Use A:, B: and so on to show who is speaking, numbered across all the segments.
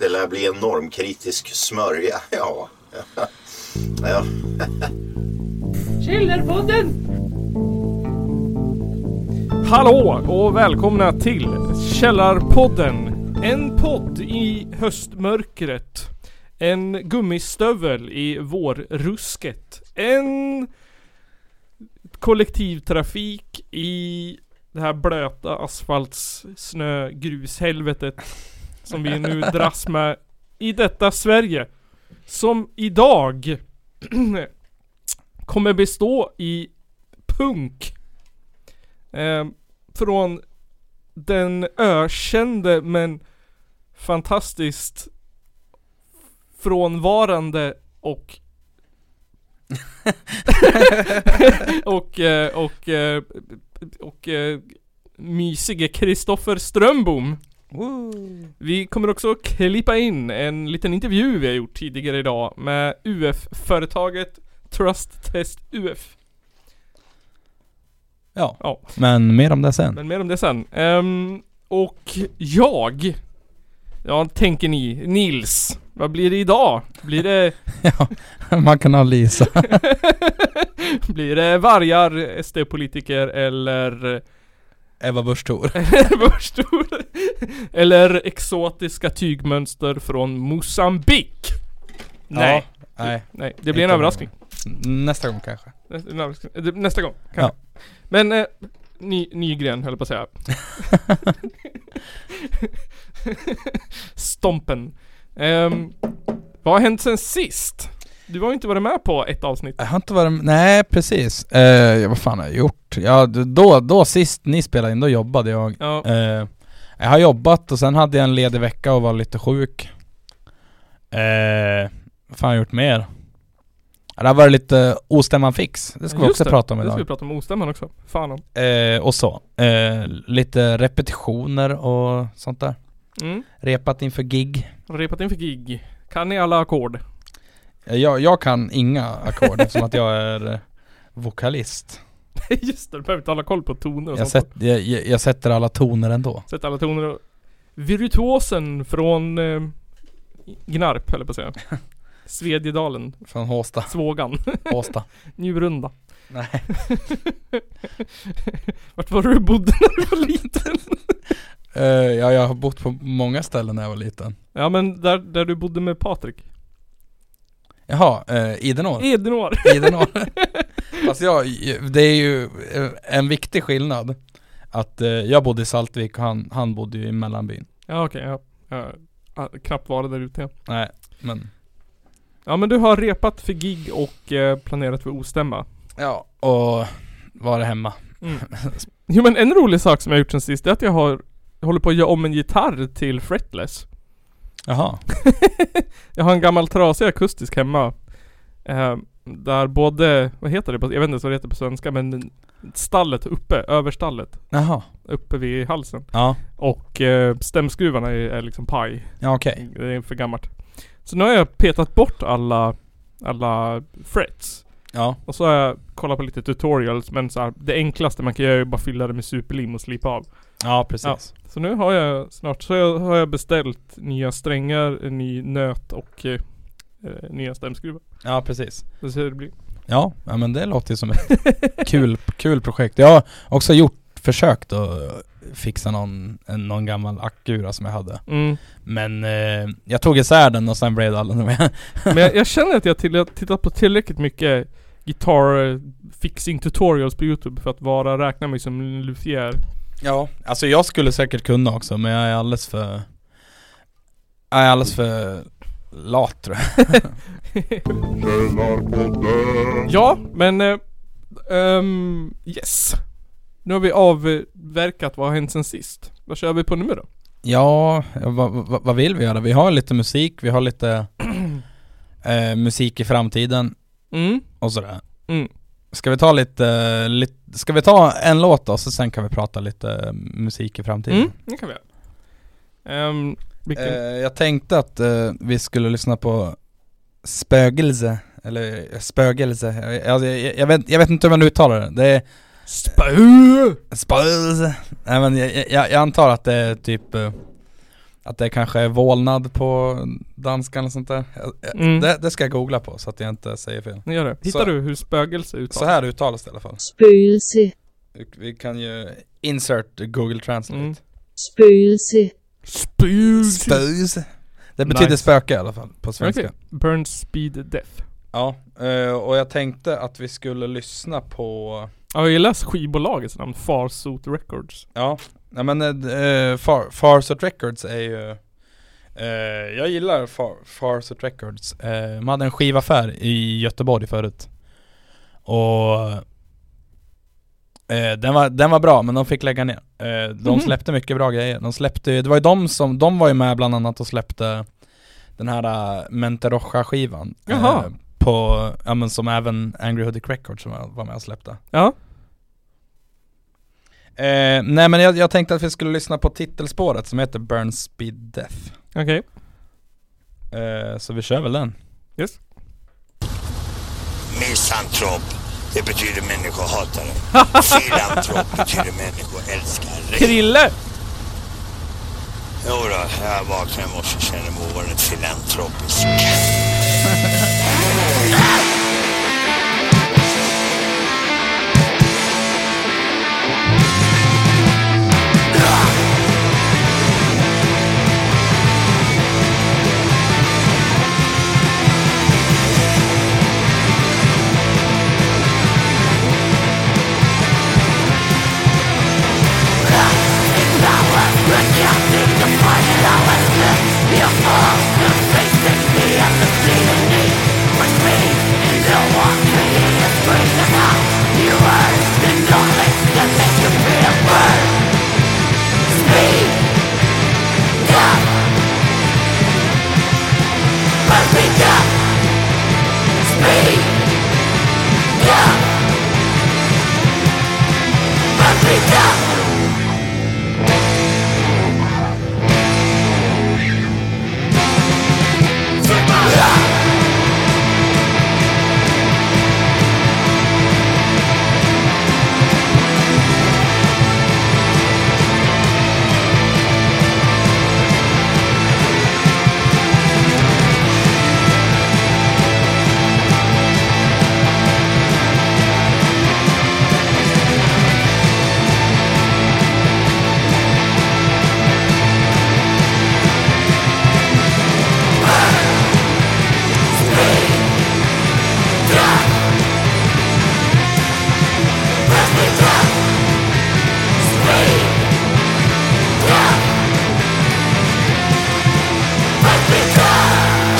A: Det lär bli en normkritisk smörja, ja. ja.
B: Källarpodden!
C: Hallå och välkomna till Källarpodden. En podd i höstmörkret. En gummistövel i vårrusket. En kollektivtrafik i det här blöta asfalts snö grushelvetet som vi nu dras med i detta Sverige. Som idag kommer bestå i punk. Ehm, från den ökände men fantastiskt frånvarande och och, eh, och, eh, och, eh, mysige Kristoffer Strömbom. Vi kommer också klippa in en liten intervju vi har gjort tidigare idag med UF-företaget Trust Test UF.
D: Ja.
C: Ja.
D: Men mer om det sen.
C: Men mer om det sen. Ehm, och jag... Ja, tänker ni. Nils. Vad blir det idag? Blir det...
D: Man kan ha Lisa.
C: blir det vargar, SD-politiker eller...
D: Eva Busch Thor.
C: Vörstor? eller exotiska tygmönster från Mosambik? Nej.
D: Nej.
C: Nej, det blir en
D: Inte
C: överraskning.
D: Nästa gång kanske.
C: Nästa, en överraskning. Eh, nästa gång, kanske. Men... Eh, Ny, Nygren höll jag på att säga. Stompen. Ehm, vad har hänt sen sist? Du har ju inte varit med på ett avsnitt.
D: Jag har inte varit Nej precis. Eh, vad fan har jag gjort? Ja, d- då, då sist ni spelade in, då jobbade jag.
C: Ja,
D: Eh, jag har jobbat och sen hade jag en ledig vecka och var lite sjuk. Eh, vad fan har jag gjort mer? Ja, Det har varit lite ostämman fix. Det ska vi
C: just
D: också
C: det.
D: prata om
C: Det ska
D: idag.
C: vi prata om ostämman också. Fan om.
D: Eh, och så. Eh, lite repetitioner och sånt där.
C: Mm.
D: Repat inför gig.
C: Repat in för gig. Kan ni alla ackord?
D: Jag, jag kan inga ackord eftersom att jag är eh, vokalist.
C: Just det, du behöver inte hålla koll på toner och
D: Jag,
C: sånt.
D: sätt, jag, jag jag sätter alla toner ändå.
C: Sätt alla toner och... Virtuosen från eh, Gnarp, höll jag på att säga. Svedjedalen,
D: Från Håsta.
C: Svågan,
D: Håsta.
C: Njurunda.
D: Nej.
C: Vart var du bodde när du var liten?
D: Eh, ja, jag har bott på många ställen när jag var liten.
C: Ja men där, där du bodde med Patrik.
D: Jaha, uh, Idenår.
C: Edenår.
D: Idenår. Fast jag, det är ju eh, en viktig skillnad. Att eh, jag bodde i Saltvik och han, han bodde ju i mellanbyn.
C: Ja okej, ja. ja. ah, Knappt var det där ute ja.
D: Nej, men
C: ja men du har repat för gig och eh, planerat för ostämma. Mm.
D: ja, och var hemma.
C: Jo men en rolig sak som jag har gjort sen sist är att jag har jag håller på att göra om en gitarr till fretless.
D: Jaha.
C: Jag har en gammal trasig akustisk hemma. Eh, där både, vad heter det på, jag vet inte ens vad det heter på svenska men stallet uppe, över stallet.
D: Jaha.
C: Uppe vid halsen.
D: Ja.
C: Och eh, stämskruvarna är, är liksom paj.
D: Ja okej.
C: Det är för gammalt. Så nu har jag petat bort alla, alla frets.
D: Ja.
C: Och så har jag kollat på lite tutorials men så här, det enklaste man kan göra är bara fylla det med superlim och slipa av.
D: Ja precis.
C: Så nu har jag snart så jag, har jag beställt nya strängar, en ny nöt och eh, eh, nya stämskruvar.
D: Ja, precis.
C: Så ser det blir.
D: Ja, ja men det låter ju som ett kul, kul projekt. Jag har också gjort försökt att fixa någon, en- någon gammal ackgura som jag hade.
C: Mm.
D: Men eh, jag tog isär den och sen blev det aldrig mer.
C: Men jag, jag känner att jag till, jag har tittat på tillräckligt mycket guitar fixing tutorials på youtube för att vara räkna mig som en luthier.
D: Ja, alltså jag skulle säkert kunna också men jag är alldeles för... Jag är alldeles för lat tror jag.
C: Ja, men... Eh, ehm, yes. Nu har vi avverkat vad har hänt sen sist. Vad kör vi på nu då?
D: Ja, vad, vad, vad vill vi göra? Vi har lite musik, vi har lite eh, musik i framtiden
C: Mm.
D: och sådär.
C: Mm.
D: Ska vi ta lite, eh, lit- ska vi ta en låt då, så sen kan vi prata lite eh, musik i framtiden?
C: Mm, det kan vi göra. Um, vilken?
D: Eh, jag tänkte att eh, vi skulle lyssna på Spögelse, eller eh, Spögelse, jag, jag, jag, jag, vet, jag vet inte hur man uttalar det. Det är Spögelse. Nej men jag, jag, jag antar att det är typ eh, Att det kanske är vålnad på danskan eller sånt där. Jag- jag-
C: Mm.
D: Det, det ska jag googla på så att jag inte säger fel.
C: Nu gör det. Hittar
D: Så-
C: du hur spögelse uttalas?
D: Så här uttalas det i alla fall.
B: Spøgelse,
D: Vi- Vi kan ju insert Google Translate.
C: Mm.
B: spøgelse,
C: Spögelse.
D: Spöse. Det betyder
C: Nice.
D: spöke i alla fall på svenska.
C: Okej. Burn speed death.
D: Ja, eh, och jag tänkte att vi skulle lyssna på
C: Ja, jag gillar skivbolagets namn. Farsot Records.
D: Ja, nej men uh, Far, Farsot Records är ju eh, Jag gillar Far, Farsot Records Eh, De hade en skivaffär i Göteborg förut Och eh, den, var, den var bra men de fick lägga ner Eh, De
C: Mhm.
D: släppte mycket bra grejer De släppte ju- det var ju de som, de var ju med bland annat och släppte Den här uh, Mente Rocha skivan
C: Jaha.
D: Eh, På, ja men som även Angry Hoodic Records som var- var med och släppte
C: Ja.
D: Eh, nej men jag, jag tänkte att vi skulle lyssna på titelspåret som heter Burn Speed Death.
C: Okej.
D: Eh, så vi kör väl den.
C: Yes.
E: Misantrop, det betyder människohatare. Filantrop betyder människoälskare.
C: Krille!
E: Jodå, jag vaknade i morse och kände mig oerhört filantropisk.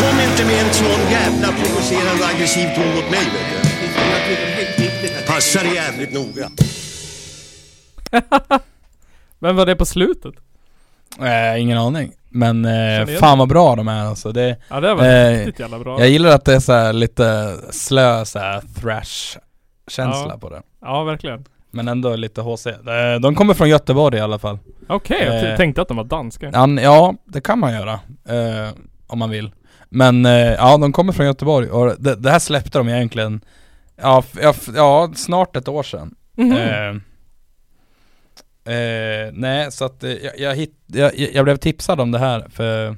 F: Kom inte med en sån jävla provocerande och aggressiv ton mot mig, vet du. Passar jävligt noga.
C: Vem var det på slutet?
D: Eh, ingen aning. Men eh,
C: igen.
D: fan vad bra de är alltså. Det,
C: Ja, det var
D: Eh,
C: riktigt jävla bra.
D: Jag gillar att det är så här lite slö så här thrash känsla
C: Ja.
D: på det.
C: Ja, verkligen.
D: Men ändå lite HC. Eh, de kommer från Göteborg i alla fall.
C: Okej, jag t-
D: Eh,
C: tänkte att de var danska.
D: An, ja, det kan man göra. Eh, om man vill. Men eh, ja, de kommer från Göteborg och det, det här släppte de egentligen Ja, f- ja, f- ja snart ett år sedan.
C: Mhm.
D: Eh, eh, nej, så att eh, jag, jag, hit, jag, jag blev tipsad om det här för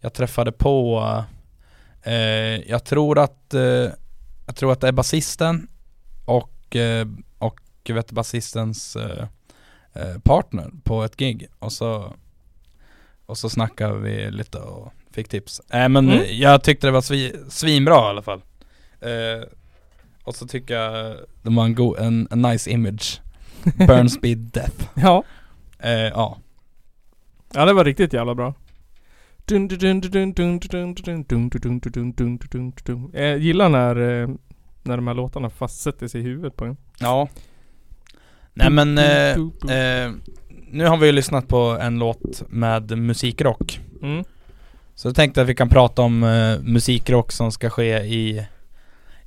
D: jag träffade på, eh, jag tror att, eh, jag tror att det är basisten och, eh, och vet du, basistens eh, eh, partner på ett gig och så, och så snackade vi lite och fick tips. Nej men
C: Mm.
D: eh, jag tyckte det var svi, svinbra i alla fall. Eh, och så tycker jag de har en, go- en, en nice image. Burn speed death.
C: Ja.
D: Eh, ja.
C: ja, det var riktigt jävla bra. Dun, dun, dun, dun, dun, dun, dun, dun, dun, dun, dun, dun, dun, dun, dun. Jag gillar när, eh, när de här låtarna fastsätter sig i huvudet på en.
D: Ja. Nej men, eh, eh, nu har vi ju lyssnat på en låt med musikrock.
C: Mm.
D: Så jag tänkte att vi kan prata om eh, musikrock som ska ske i,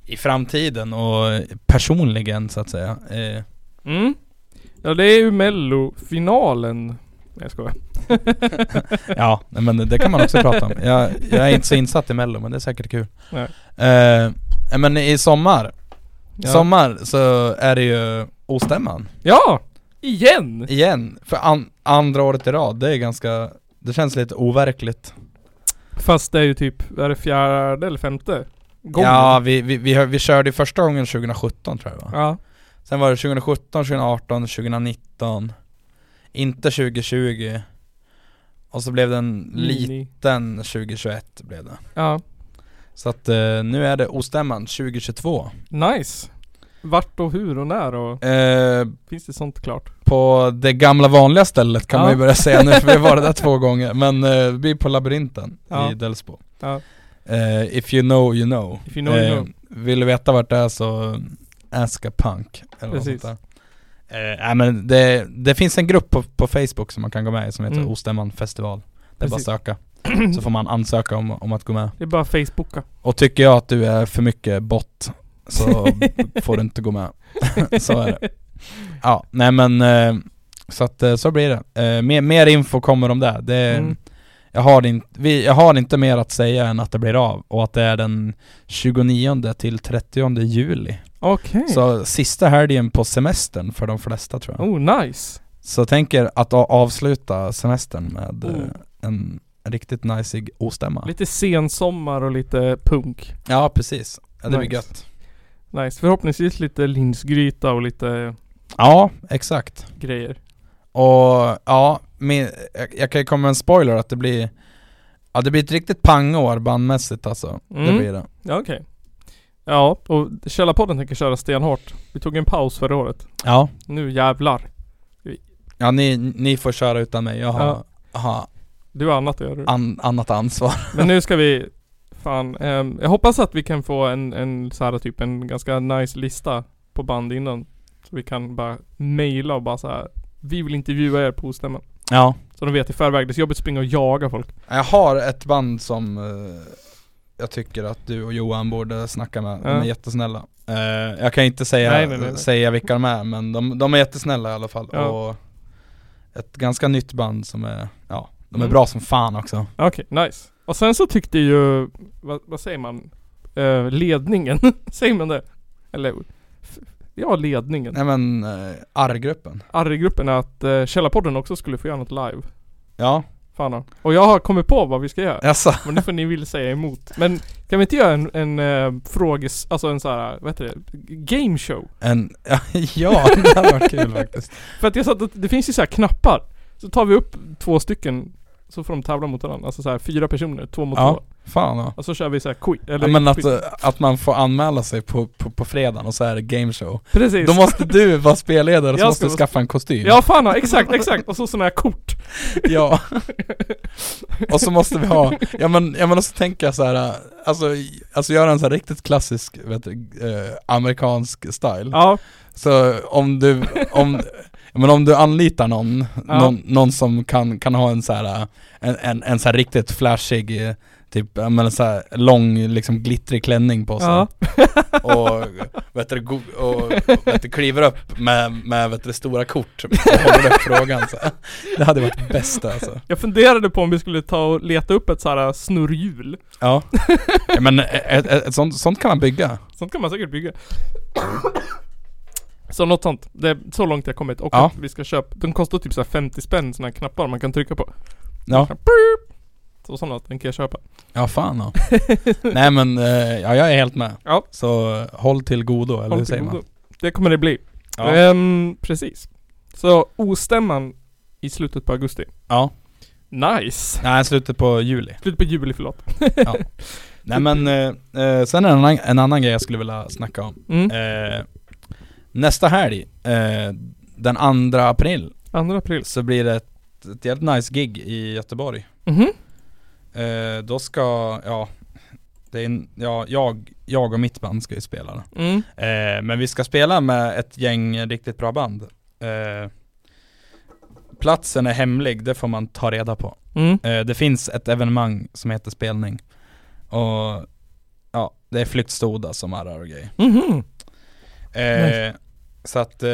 D: i framtiden och personligen så att säga. Eh,
C: Mm. Ja, det är ju mellofinalen. Nej, jag skojar.
D: Ja, nej, men det kan man också prata om. Jag, jag är inte så insatt i mello, men det är säkert kul.
C: Nej.
D: Eh, nej, men i sommar,
C: Ja.
D: sommar så är det ju Ostämman
C: Ja! Igen!
D: igen. För an, andra året i rad, det är ganska, Det känns lite overkligt.
C: Fast det är ju typ, är det fjärde eller femte gången?
D: Ja, vi, vi, vi, hör- vi körde ju första gången 2017 tror jag va?
C: ja.
D: Sen var det 2017, 2018, 2019 Inte 2020 Och så blev den
C: Mm. Mini.
D: liten 2021 blev det
C: Ja,
D: Så att eh, nu är det ostämman 2022
C: nice. Vart och hur och när och
D: eh,
C: finns det sånt klart?
D: På det gamla vanliga stället kan
C: Ja.
D: man ju börja säga nu för vi var där två gånger Men eh, vi är på labyrinten
C: Ja.
D: i Delsbo
C: Ja.
D: eh, If you know you know
C: If you know, you
D: Eh,
C: know.
D: Vill du veta vart det är så aska punk eller något
C: Precis.
D: sånt där. Eh, nej, men det, det finns en grupp på, på Facebook som man kan gå med i som heter
C: Mm.
D: Ostämman festival. Det är bara
C: Precis.
D: att söka. Så får man ansöka om, om att gå med.
C: Det är bara Facebooka.
D: Och tycker jag att du är för mycket bott så får du inte gå med. så är det. Ja, nej men eh, så att eh, så blir det. Eh, mer, mer info kommer om det. det
C: Mm.
D: jag, har det inte- vi, jag har inte mer att säga än att det blir av och att det är den 29 till 30 juli.
C: Okej.
D: Så sista helgen på semestern för de flesta tror jag.
C: Mm. Oh, nice.
D: Så tänk er att a- avsluta semestern med eh,
C: Oh.
D: en riktigt najsig ostämma.
C: Lite sensommar och lite punk.
D: Ja, precis. Ja, det blir
C: Nice.
D: gött.
C: Nice. Förhoppningsvis lite linsgryta och lite
D: Ja, exakt.
C: grejer.
D: Och ja, min, jag, jag kan ju komma med en spoiler att det blir Ja det blir ett riktigt pangår bandmässigt alltså.
C: Mm.
D: Det blir det.
C: Ja, okej. Ja, och Källarpodden tänker köra stenhårt. Vi tog en paus förra året.
D: Ja.
C: Nu jävlar.
D: Ja ni, ni får köra utan mig, jag har,
C: Ja.
D: har
C: Du har annat att göra.
D: an, annat ansvar.
C: Men nu ska vi Fan, ehm, jag hoppas att vi kan få en, en så här typ en ganska nice lista på band innan. Så vi kan bara mejla och bara så här. Vi vill intervjua er på ostämman.
D: Ja.
C: Så de vet i förväg, det är så jobbigt att springa och jaga folk.
D: Jag har ett band som eh, jag tycker att du och Johan borde snacka med, de
C: Ja.
D: är jättesnälla Eh, Jag kan inte säga,
C: Nej, nej, nej, nej.
D: säga vilka de är men de, de är jättesnälla i alla fall
C: Ja.
D: och ett ganska nytt band som är, ja, de är
C: Mm.
D: bra som fan också
C: Okej, nice. Och sen så tyckte ju, vad, vad säger man? Eh, ledningen, säger man det? Eller, f- ja ledningen.
D: Nej men, uh, Arr-gruppen
C: Arri-gruppen att eh, Källarpodden också skulle få göra något live.
D: Ja,
C: Fan ja. Och jag har kommit på vad vi ska göra.
D: jaså?
C: Men nu får ni vill säga emot. Men kan vi inte göra en, en eh, fråges... Alltså en så här, vad heter det? Game show.
D: En, ja, ja, det hade varit kul faktiskt
C: För att jag satt att det finns ju så här knappar. Så tar vi upp två stycken så får de tävla mot varandra. Alltså så här fyra personer, två mot
D: Ja,
C: två.
D: fan ja.
C: Och så kör vi så här quiz. Eller
D: Ja, men att,
C: quiz.
D: eh, att man får anmäla sig på, på, på fredagen och så är det gameshow
C: Precis.
D: Då måste du vara spelledare och så
C: Jag
D: måste du
C: ska vara-
D: skaffa en kostym
C: Ja fan ja, exakt, exakt. Och så sådana här kort.
D: Ja. Och så måste vi ha, ja men, ja men och så tänker jag så här, äh, alltså, i- alltså göra en så här riktigt klassisk, vet du, eh, amerikansk style.
C: Ja,
D: Så om du, om, ja, men om du anlitar någon,
C: Ja.
D: någon, någon som kan, kan ha en så här, äh, en, en, en så här riktigt flashig, eh, typ, ja men en så här lång, liksom glittrig klänning på sig.
C: Ja.
D: Och, vet du, go- och, vet du, kliver upp med, med vet du, stora kort och håller upp frågan så här. Det hade varit bäst alltså.
C: jag funderade på om vi skulle ta och leta upp ett så här snurrhjul.
D: Ja, Ja, men eh, ett, ett, ett sånt, sånt kan man bygga.
C: Sånt kan man säkert bygga. Så något sånt. Det är så långt jag kommit. Och
D: Ja.
C: att vi ska köpa, de kostar typ så här 50 spänn såna här knappar man kan trycka på.
D: Ja,
C: Så sådana tänker jag köpa.
D: ja fan ja. Nej men, eh, ja jag är helt med.
C: Ja.
D: Så eh, håll till godo, eller
C: Håll
D: hur
C: till
D: säger
C: godo.
D: man?
C: Det kommer det bli.
D: Ja.
C: Ehm, precis. Så ostämman i slutet på augusti.
D: Ja.
C: Nice!
D: Nej, slutet på juli.
C: Slutet på juli, förlåt.
D: Nej men, eh, eh, sen är det en annan, en annan grej jag skulle vilja snacka om.
C: Mm.
D: Eh, nästa helg, eh, den 2 april,
C: 2 april.
D: så blir det ett, ett jävligt nice gig i Göteborg.
C: Mhm.
D: Eh, då ska, ja, det är en, ja jag, jag och mitt band ska ju spela då.
C: Mm.
D: Eh, men vi ska spela med ett gäng riktigt bra band. Eh, platsen är hemlig, det får man ta reda på.
C: Mm.
D: Eh, det finns ett evenemang som heter spelning. Och ja, det är Flyktstoda som arrar och grejer.
C: Mhm.
D: Eh, så att eh,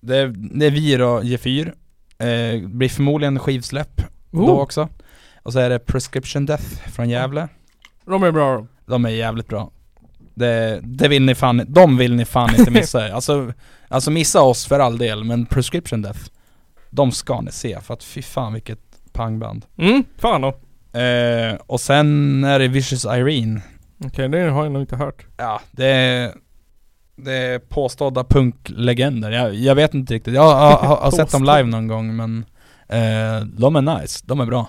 D: det, är, det är vi då, G4. Eh, blir förmodligen skivsläpp då
C: Oh.
D: också. Och så är det Prescription Death från Gävle.
C: De är bra de.
D: De är jävligt bra. Det, det vill ni fan, de vill ni fan inte missa. alltså, alltså missa oss för all del, men Prescription Death, de ska ni se för att fy fan vilket pangband.
C: Mm, fan då.
D: Eh, och sen är det Vicious Irene.
C: Okej, det har jag nog inte hört.
D: Ja, det är, det är påstådda punklegender. Jag, jag vet inte riktigt. Jag har, har, har sett dem
C: Påstådd.
D: live någon gång men eh, de är nice. De är bra.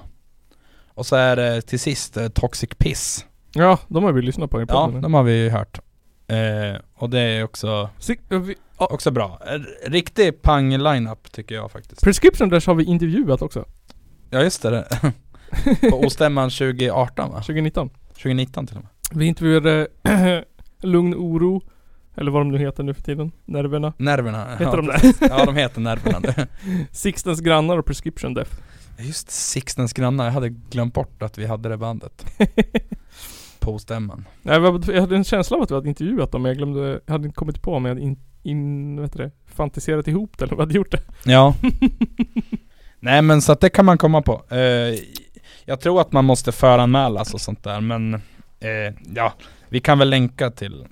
D: Och så är det till sist eh, Toxic Piss.
C: Ja, de har vi lyssnat på i
D: Ja,
C: podden.
D: de har vi ju hört. Eh, och det är också,
C: Sick- eh, vi-
D: också bra. R- Riktig pang-lineup tycker jag faktiskt.
C: Prescription Dash har vi intervjuat också.
D: Ja just det. På ostämman 2018 va?
C: 2019.
D: 2019 till och med.
C: Vi intervjuade Lugn Oro, eller vad de nu heter nu för tiden. Nerverna.
D: Nerverna.
C: Heter
D: ja,
C: de det?
D: Ja de heter Nerverna nu.
C: Sixtens grannar och Prescription Death.
D: Just Sixtens grannar, jag hade glömt bort att vi hade det bandet. På ostämman.
C: Nej, jag var- jag hade en känsla av att vi hade intervjuat dem, men jag glömde, jag hade inte kommit på om jag hade in, in, vad heter det, fantiserat ihop det eller vad jag hade gjort det.
D: Ja. Nej men så att det kan man komma på. Eh, jag tror att man måste föranmälas och sånt där men eh, ja, vi kan väl länka till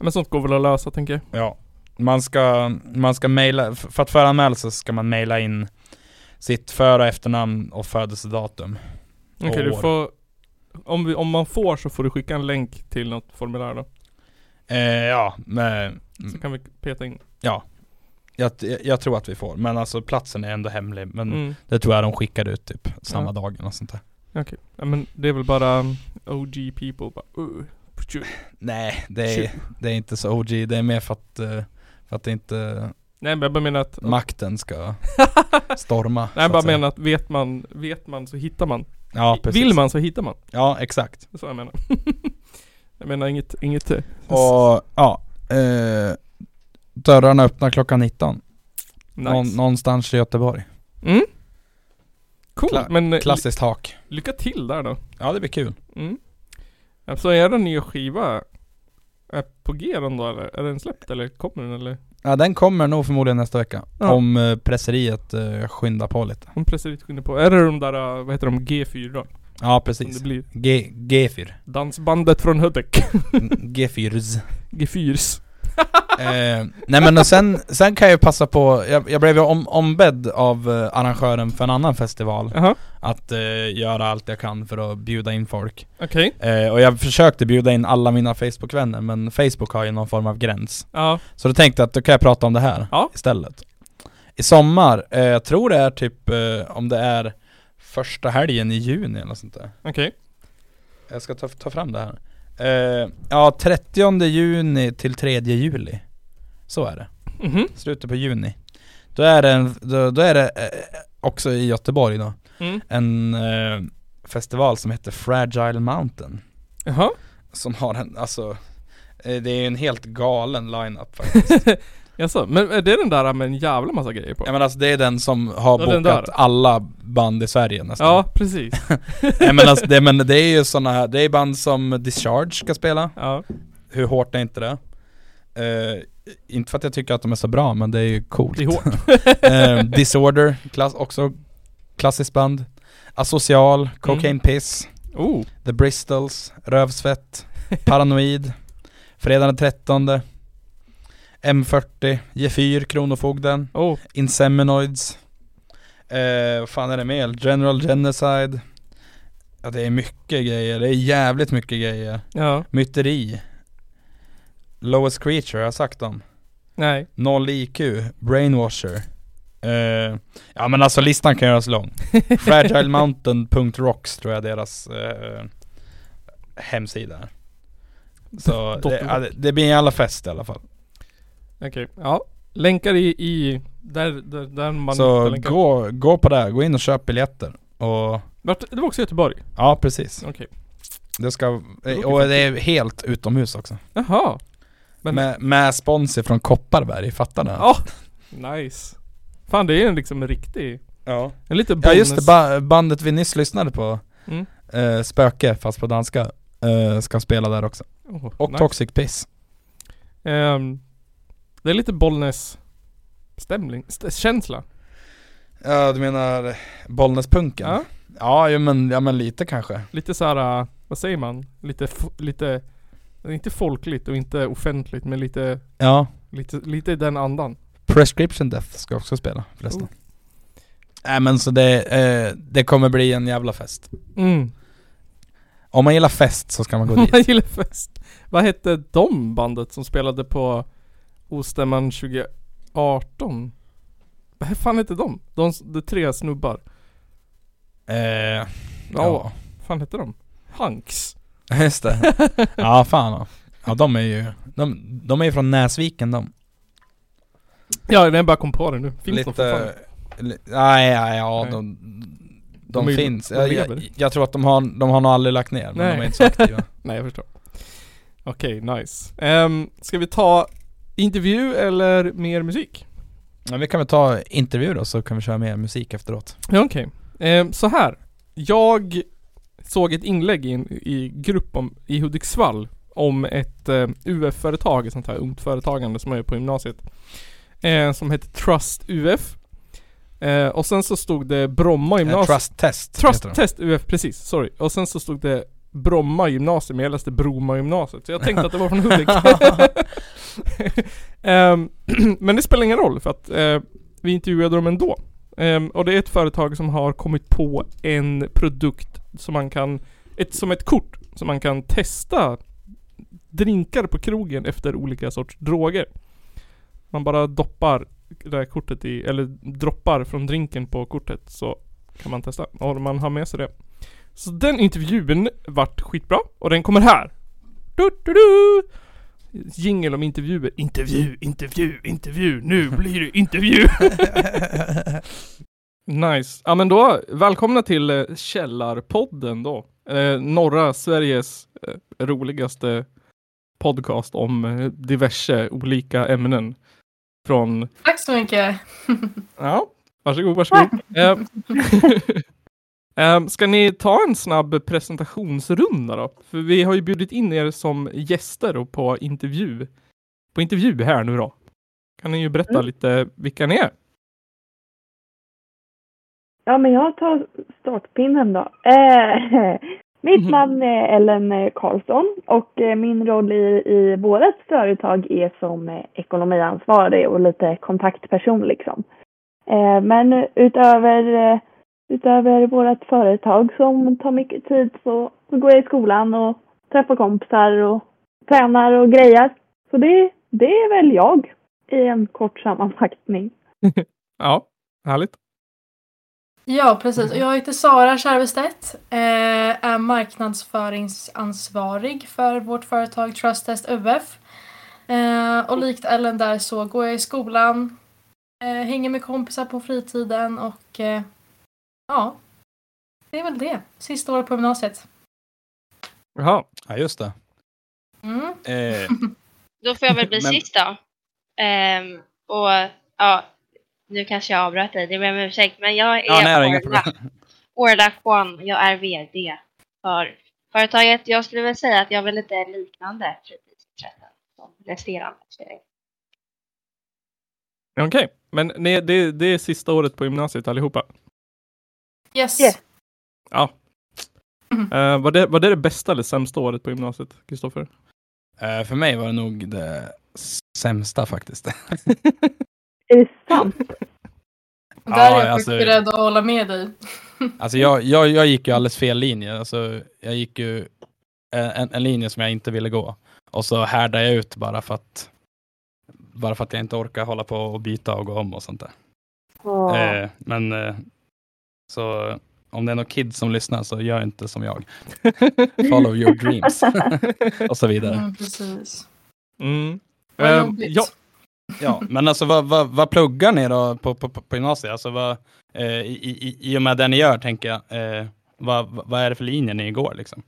C: Men sånt går väl att lösa tänker jag.
D: Ja, man ska, man ska mejla, f- för att föranmäla sig ska man mejla in sitt för och efternamn och födelsedatum.
C: Okej,
D: Och
C: du
D: år.
C: får... Om, vi, om man får så får du skicka en länk till något formulär då.
D: Eh, ja, men,
C: Så kan vi peta in.
D: jag, jag tror att vi får, men alltså platsen är ändå hemlig. Men
C: Mm.
D: det tror jag de skickade ut typ samma
C: Ja.
D: dag eller något sånt där.
C: Ja, men det är väl bara um, OG people bara, uh, pju.
D: Nej, det är, det är inte så OG, det är mer för att, eh, för att inte
C: Nej men jag bara menar att...
D: makten ska storma.
C: Nej
D: så
C: jag bara
D: att säga.
C: menar att vet man, vet man så hittar man.
D: ja, precis.
C: Vill man så hittar man.
D: Ja, exakt.
C: Det är så jag menar. jag menar inget, inget... eh,
D: Och ja, eh, dörrarna öppnar klockan 19.
C: nice.
D: Någon, någonstans i Göteborg.
C: Mm. Coolt,
D: Kla-
C: men eh,
D: Klassiskt hak.
C: ly- lycka till där då.
D: Ja det blir kul.
C: Mm. Ja, Så är den nya skiva är på G den då eller? Är den släppt eller kommer den eller?
D: Ja den kommer nog förmodligen nästa vecka.
C: Ja.
D: Om eh, presseriet eh, skyndar på lite.
C: Hon pressar lite skillnad på. Är det de där, eh, vad heter de, G4? Som
D: Ja
C: det
D: precis.
C: blir.
D: G- G4.
C: Dansbandet från Hudik.
D: G4s.
C: G4s.
D: eh, nej men och sen, sen kan jag ju passa på, jag, jag blev ju om, ombedd av eh, arrangören för en annan festival
C: Jaha,
D: att eh, göra allt jag kan för att bjuda in folk.
C: okej.
D: Eh, och jag försökte bjuda in alla mina Facebook-vänner men Facebook har ju någon form av gräns.
C: Ja.
D: Så då tänkte jag att då kan jag prata om det här
C: Ja.
D: istället. I sommar, eh, jag tror det är typ eh, om det är första helgen i juni eller något sånt där.
C: Okej.
D: Jag ska ta, ta fram det här. Eh, ja, 30 juni till 3 juli. Så är det.
C: Mhm.
D: Slutet på juni. Då är det, en, då, då är det eh, också i Göteborg då,
C: Mm.
D: en eh, festival som heter Fragile Mountain.
C: Jaha.
D: Som har en, alltså, eh, det är en helt galen line-up faktiskt.
C: Jaså, men är det den där med en jävla massa grejer på?
D: Ja men alltså det är den som har
C: Ja, den
D: bokat
C: där.
D: alla band i Sverige nästan.
C: Ja, precis.
D: Nej, men, alltså, det, men det är ju såna här, det är band som Discharge ska spela.
C: Ja.
D: Hur hårt är inte det? Eh, inte för att jag tycker att de är så bra men det är ju coolt.
C: Det är hårt.
D: Eh, Disorder, klass, också klassiskt band. Asocial, Cocaine
C: Mm.
D: Piss,
C: Oh.
D: The Bristols, Rövsvett, Paranoid, Fredag den 13 M40, G4, Kronofogden.
C: Oh.
D: Inseminoids eh, Vad fan är det med? General Genocide Ja det är mycket grejer, det är jävligt mycket grejer
C: Ja.
D: Myteri Lowest Creature, jag har sagt dem
C: Nej.
D: Noll IQ, Brainwasher eh, Ja men alltså listan kan göras lång Fragilemountain.rocks tror jag deras eh, hemsida är Så det, ja, det- det blir en jävla fest i alla fall
C: Okej. Ja. Länkar i, i där, där, där man hittar
D: Så
C: länkar.
D: gå, gå på det, gå in och köp biljetter och
C: Vart, det var också Göteborg?
D: Ja precis.
C: Okej.
D: Det ska,
C: låter
D: och det är helt utomhus också.
C: Jaha. Men-
D: Med, med sponsor från Kopparberg, fattar ni?
C: Ja. Nice. Fan det är en liksom en riktig,
D: ja.
C: en lite bonus.
D: ja just det, ba- bandet vi nyss lyssnade på,
C: Mm.
D: eh, Spöke fast på danska, eh, ska spela där också.
C: Oh,
D: Och
C: nice.
D: Toxic Piss.
C: Ehm, det är lite Bollnäs stämning, st- känsla.
D: Ja du menar Bollnäspunken?
C: Ja.
D: Ja, jo, men, ja men lite kanske.
C: Lite så här, äh, vad säger man? Lite, f- lite, inte folkligt och inte offentligt men lite,
D: Ja.
C: lite, lite i den andan. Oh.
D: Prescription Death ska också spela förresten. Nej men så det, eh, det kommer bli en jävla fest.
C: Mm.
D: Om man gillar fest så ska man gå
C: Man
D: dit.
C: gillar fest. Vad hette de bandet som spelade på Ostämman 2018? Vad fan hette de? De, de tre snubbar.
D: Eh,
C: Ja.
D: ja.
C: Vad fan hette de? Hanks.
D: Just det. Ja fan ja. Ja de är ju, de, de är ju från Näsviken de.
C: Ja, jag bara kom på det nu. Finns de fortfarande?
D: li, nej, nej, ja
C: Nej.
D: de, de,
C: De är ju-
D: finns.
C: de
D: jag,
C: lever.
D: jag, jag tror att de har, de har nog aldrig lagt ner, men
C: Nej.
D: de är inte så aktiva.
C: Nej, jag förstår. Okej, nice. Um, ska vi ta intervju eller mer musik?
D: Men vi kan väl ta intervju då, så kan vi köra mer musik efteråt.
C: Ja, okej. Ehm, så här. Jag såg ett inlägg i, en- i grupp om, i Hudiksvall om ett eh, UF-företag, ett sånt här ungt företagande som man gör på gymnasiet. Eh, som heter Trust UF. Eh, och sen så stod det Bromma
D: Eh,
C: gymnasium.
D: Trust Test
C: alltså, Trust
D: heter de.
C: Test UF, precis. Sorry. Och sen så stod det Bromma gymnasium, men jag läste Bromma gymnasiet. Så jag tänkte att det var från Hudik. Ehm, men det spelar ingen roll för att eh, vi intervjuade dem ändå. Ehm, och det är ett företag som har kommit på en produkt som man kan, ett, som ett kort som man kan testa drinkar på krogen efter olika sorts droger. Man bara doppar det här kortet i, eller droppar från drinken på kortet så kan man testa. Och man har med sig det. Så den intervjun vart skitbra och den kommer här. Du, du, du. Jingel om intervjuer. Intervju, intervju, intervju. Nu blir det intervju. nice. Ja men då, välkomna till eh, Källarpodden då. Eh, norra Sveriges eh, roligaste podcast om eh, diverse olika ämnen. Från
G: Tack så mycket.
C: Ja, varsågod, varsågod. Eh, Ehm, Ska ni ta en snabb presentationsrunda då? För vi har ju bjudit in er som gäster och på intervju. På intervju här nu då. Kan ni ju berätta
G: Mm.
C: lite vilka ni är?
H: Ja, men jag tar startpinnen då. Eh, mitt
C: Mhm.
H: namn är Ellen eh, Karlsson och eh, min roll i, i vårt företag är som eh, ekonomiansvarig och lite kontaktperson liksom. Eh, men utöver, eh, utöver vårt företag som tar mycket tid så, så går jag i skolan och träffar kompisar och tränar och grejer. Så det, det är väl jag i en kort sammanfattning.
C: Ja, härligt.
G: Ja, precis. Och Jag heter Sara Kärvestedt. eh, Är marknadsföringsansvarig för vårt företag Trust Test UF. Eh, Och likt Ellen där så går jag i skolan, eh, hänger med kompisar på fritiden och eh, ja, det är väl det. Sista året på gymnasiet.
C: Jaha.
D: Ja just det.
G: Mm.
D: Eh,
I: Då får jag väl bli
D: Men-
I: sist då. Ehm, och ja, nu kanske jag avbröt dig, det ber jag om ursäkt. Men jag är
D: ja, nej, det är inga problem.
I: Orla- Orla Kwan, jag är VD för företaget. Jag skulle väl säga att jag har väl lite liknande fritidsintressen som resterande. tjejer.
C: Okej, men ni, det, det är sista året på gymnasiet allihopa.
G: Yes.
H: Yes.
C: Ja.
G: Mhm.
C: Eh, var, det, var det det bästa eller sämsta året på gymnasiet, Kristoffer?
D: Eh, för mig var det nog det sämsta faktiskt.
H: Är det sant?
G: Och Där
D: Ja,
G: är jag
D: alltså-
G: faktiskt beredd att hålla med dig.
D: Alltså jag, jag, jag gick ju alldeles fel linje. Alltså jag gick ju en, en linje som jag inte ville gå. Och så härdade jag ut bara för att bara för att jag inte orkar hålla på och byta och gå om och sånt där. Eh, men eh, så om det är någon kid som lyssnar så gör inte som jag. Follow your dreams och så vidare.
G: Mm, precis.
C: Mm.
G: Vad
C: Eh,
G: jobbigt.
C: ja,
D: Ja, men alltså vad, vad, vad pluggar ni då på, på, på på gymnasiet? Alltså vad, eh, i, i, i och med det ni gör tänker jag, eh, vad, vad vad är det för linje ni går liksom?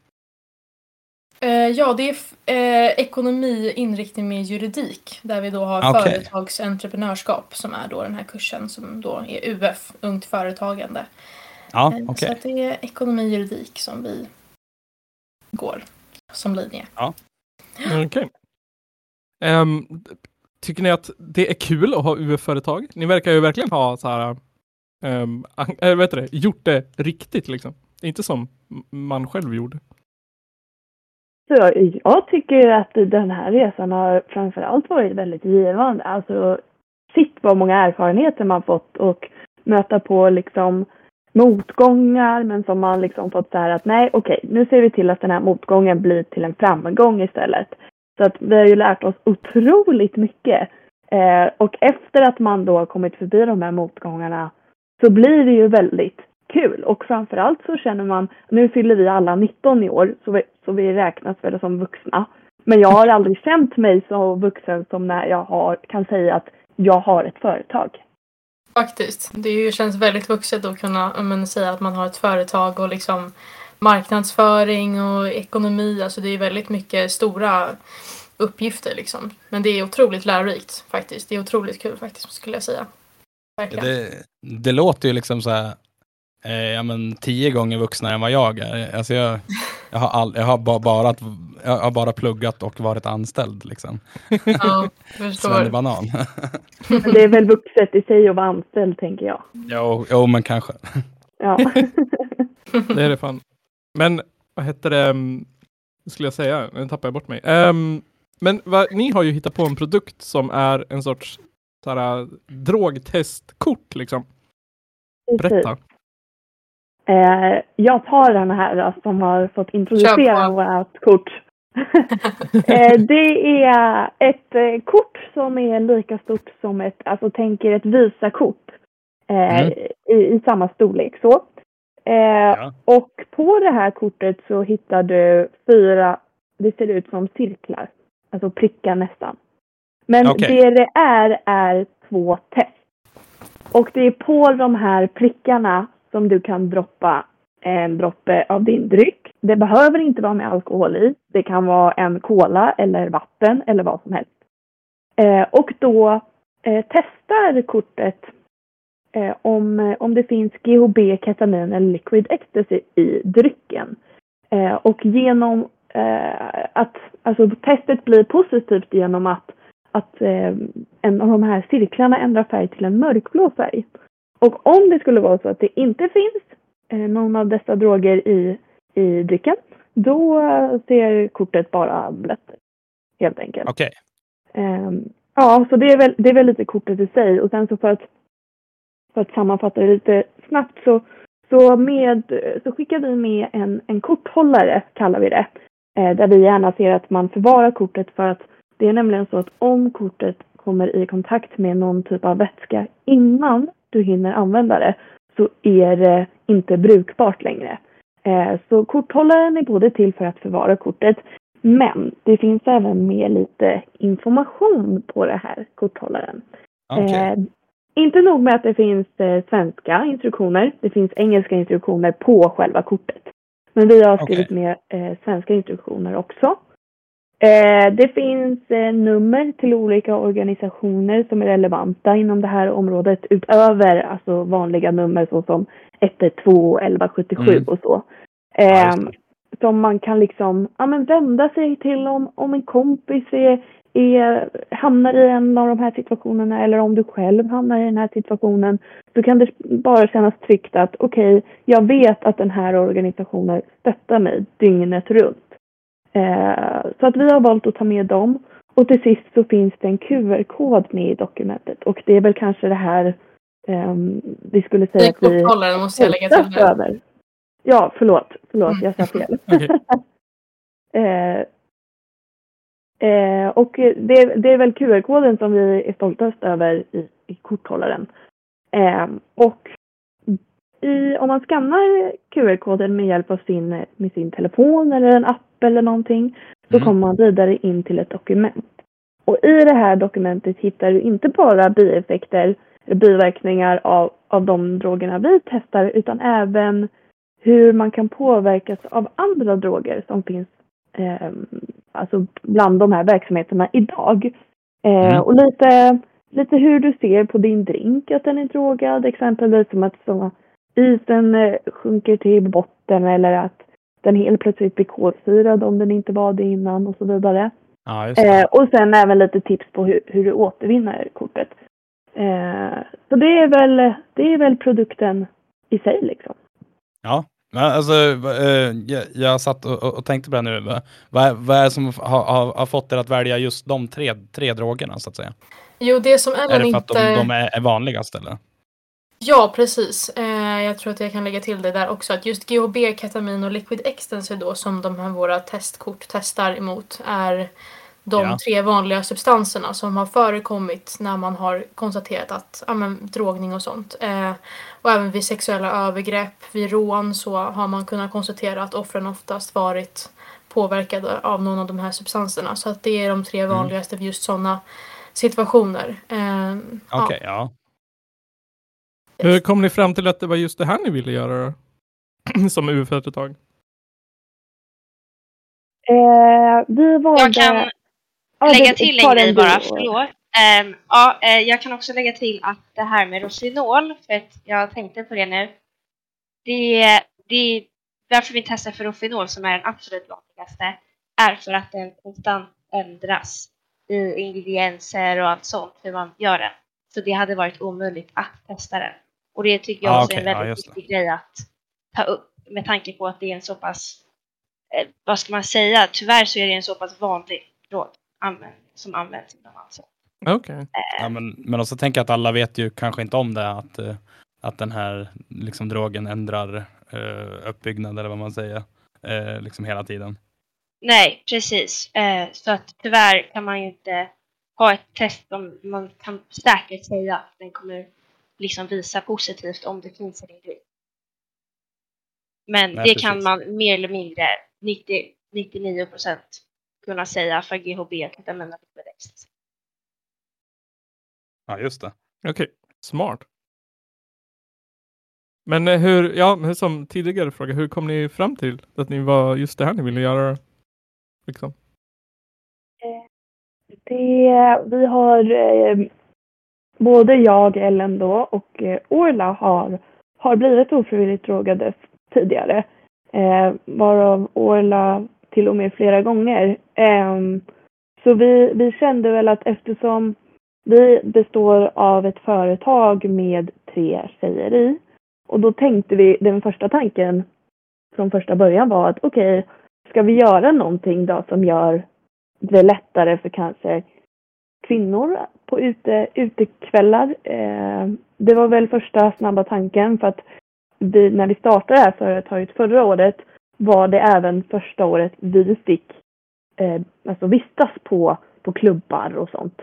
G: Eh, ja, det är f- eh, ekonomi inriktning med juridik där vi då har
D: Okej.
G: företagsentreprenörskap som är då den här kursen som då är UF, Ungt Företagande.
D: Ja,
G: Eh,
D: okej.
G: Så att det är ekonomi juridik som vi går som linje.
C: Okej. Ehm, tycker ni att det är kul att ha UF-företag? Ni verkar ju verkligen ha så här, um, äh, vet du det, gjort det riktigt liksom. Inte som m- man själv gjorde.
H: Så jag, jag tycker att den här resan har framförallt varit väldigt givande. Alltså, sitt vad många erfarenheter man fått och möta på liksom motgångar men som man liksom fått så här att nej okej nu ser vi till att den här motgången blir till en framgång istället. Så att vi har ju lärt oss otroligt mycket. Eh, och efter att man då har kommit förbi de här motgångarna så blir det ju väldigt kul och framförallt så känner man, nu fyller vi alla 19 i år så vi, så vi räknas väl som vuxna. Men jag har aldrig känt mig så vuxen som när jag har, kan säga att jag har ett företag.
G: Faktiskt. Det är ju, känns väldigt vuxet att kunna ja, men, säga att man har ett företag och liksom marknadsföring och ekonomi. Alltså det är väldigt mycket stora uppgifter liksom. Men det är otroligt lärorikt faktiskt. Det är otroligt kul faktiskt skulle jag säga. Verkligen.
D: Det, det låter ju liksom så här, eh, ja men tio gånger vuxnare än vad jag är. Alltså jag, jag, har, all, jag, har ba, bara, att- jag har bara pluggat och varit anställd liksom.
G: Ja, jag förstår.
D: Svennebanan.
H: Men det är väl vuxet i sig att vara anställd tänker jag.
D: jo, jo, men kanske.
H: Ja.
C: Det är det fan. Men vad hette det, mm, vad skulle jag säga, nu tappar jag bort mig. Ehm, men vad- ni har ju hittat på en produkt som är en sorts såhär, drogtestkort liksom.
H: Precis.
C: Berätta.
H: Eh, jag tar den här då, som har fått
G: Kör
H: introducera
G: på.
H: vårt kort. eh, det är ett eh, kort som är lika stort som ett, alltså tänk er ett Visakort. Eh,
D: Mm.
H: i, I samma storlek så. Eh,
D: Ja.
H: Och på det här kortet så hittar du fyra, det ser ut som cirklar. Alltså prickar nästan. Men
D: Okej.
H: det det är, är två test. Och det är på de här prickarna som du kan droppa en droppe av din dryck. Det behöver inte vara med alkohol i. Det kan vara en cola eller vatten eller vad som helst. Eh, och då eh, testar kortet eh, om, om det finns GHB, ketamin eller liquid ecstasy i drycken. Eh, och genom eh, att alltså, testet blir positivt genom att, att eh, en av de här cirklarna ändrar färg till en mörkblå färg. Och om det skulle vara så att det inte finns eh, någon av dessa droger i, i drycken, då eh, ser kortet bara blött ut, helt enkelt.
D: Okej.
H: Ehm, ja, så det är, väl, det är väl lite kortet i sig. Och sen så för att, för att sammanfatta det lite snabbt så, så, med, så skickar vi med en, en korthållare, kallar vi det. Eh, där vi gärna ser att man förvarar kortet för att det är nämligen så att om kortet kommer i kontakt med någon typ av vätska innan du hinner använda det så är det inte brukbart längre. Eh, så korthållaren är både till för att förvara kortet men det finns även med lite information på det här korthållaren.
D: okej.
H: Eh, inte nog med att det finns eh, svenska instruktioner, det finns engelska instruktioner på själva kortet. Men vi har skrivit med eh, svenska instruktioner också. Eh, det finns eh, nummer till olika organisationer som är relevanta inom det här området utöver alltså, vanliga nummer såsom 112 och 1177
D: Mm.
H: och så.
D: Ja,
H: Eh,
D: just det.
H: som man kan liksom ja, men vända sig till om, om en kompis är, är, hamnar i en av de här situationerna eller om du själv hamnar i den här situationen. Då kan det bara kännas tryggt att okej, jag vet att den här organisationen stöttar mig dygnet runt. Eh, så att vi har valt att ta med dem. Och till sist så finns det en QR-kod med i dokumentet och det är väl kanske det här ehm, vi skulle säga
G: I
H: att vi
G: korthållaren måste jag lägga till Mm.
H: hälsas
G: nu.
H: över. Ja, förlåt. Förlåt, jag sa fel.
C: Okej.
H: Eh, eh, och det, det är väl QR-koden som vi är stoltast över i, i korthållaren. Eh, och i, om man skannar QR-koden med hjälp av sin, med sin telefon eller en app eller någonting så
D: Mm.
H: kommer man vidare in till ett dokument. Och i det här dokumentet hittar du inte bara bieffekter, eller biverkningar av, av de drogerna vi testar utan även hur man kan påverkas av andra droger som finns eh, alltså bland de här verksamheterna idag. Eh,
D: Mm.
H: Och lite, lite hur du ser på din drink, att den är drogad, exempelvis som att så, isen eh, sjunker till botten eller att den helt plötsligt blir kolsyrad om den inte var det innan och så vidare.
D: Ja, just det.
H: Eh, och sen även lite tips på hur, hur du återvinner kortet. Eh, så det är, väl, det är väl produkten i sig liksom.
D: Ja, men alltså, eh, jag, jag satt och, och- och tänkte på det här nu. Va- Vad är, vad är det som har, har, har fått er att välja just de tre, tre drogerna så att säga?
G: Jo, det som
D: Är
G: Ellen
D: det för
G: inte...
D: att de, de är, är vanligast eller?
G: Ja, precis. Eh, jag tror att jag kan lägga till det där också. Att just GHB, ketamin och liquid ecstasy då som de här våra testkort testar emot är de
D: Ja.
G: tre vanliga substanserna som har förekommit när man har konstaterat att ja, men, drogning och sånt. Eh, och även vid sexuella övergrepp, vid rån så har man kunnat konstatera att offren oftast varit påverkade av någon av de här substanserna. Så att det är de
D: Mm.
G: tre vanligaste för just sådana situationer. Eh,
D: Okej, ja.
G: ja.
C: Hur kom ni fram till att det var just det här ni ville göra då? Som UF-företag?
H: Eh, vi valde...
I: Jag kan
H: Ja,
I: lägga
H: det-
I: till
H: ta
I: en
H: den
I: grej
H: du.
I: bara, förlåt. Ehm, ja, eh, jag kan också lägga till att det här med Rosinol, för att jag tänkte på det nu. Det, det varför vi testar för Rofinol som är den absolut vanligaste är för att den konstant ändras i ingredienser och allt sånt, hur man gör den. Så det hade varit omöjligt att testa den. Och det tycker jag
D: Ah,
I: också är en
D: okej, ja,
I: väldigt
D: just det.
I: viktig grej att ta upp med tanke på att det är en så pass, eh, vad ska man säga, tyvärr så är det en så pass vanlig drog använd, som används inom allt sånt.
C: Okej.
D: ja men, men också tänker jag att alla vet ju kanske inte om det, att, eh, att den här liksom, drogen ändrar eh, uppbyggnad eller vad man säger, eh, liksom hela tiden.
I: Nej, precis. Eh, så att tyvärr kan man ju inte ha ett test som man kan säkert säga att den kommer liksom visa positivt om det finns en individ. Men
D: Nej,
I: det
D: precis.
I: kan man mer eller mindre 90, 99 procent kunna säga för GHB att använda det
D: Ja, just det.
C: Okej, smart. Men eh, hur, ja, men som tidigare fråga, hur kom ni fram till att ni var just det här ni ville göra? Liksom.
H: Det, vi har, eh, både jag, Ellen då och eh, Orla har, har blivit ofrivilligt drogade f- tidigare. Eh, varav Orla till och med flera gånger. Ehm, så vi, vi kände väl att eftersom vi består av ett företag med tre tjejer i. Och då tänkte vi, den första tanken från första början var att okej, ska vi göra någonting då som gör det lättare för kanske kvinnor på ute, utekvällar. Eh, det var väl första snabba tanken för att vi, när vi startade det här företaget förra året var det även första året vi fick eh, alltså vistas på, på klubbar och sånt.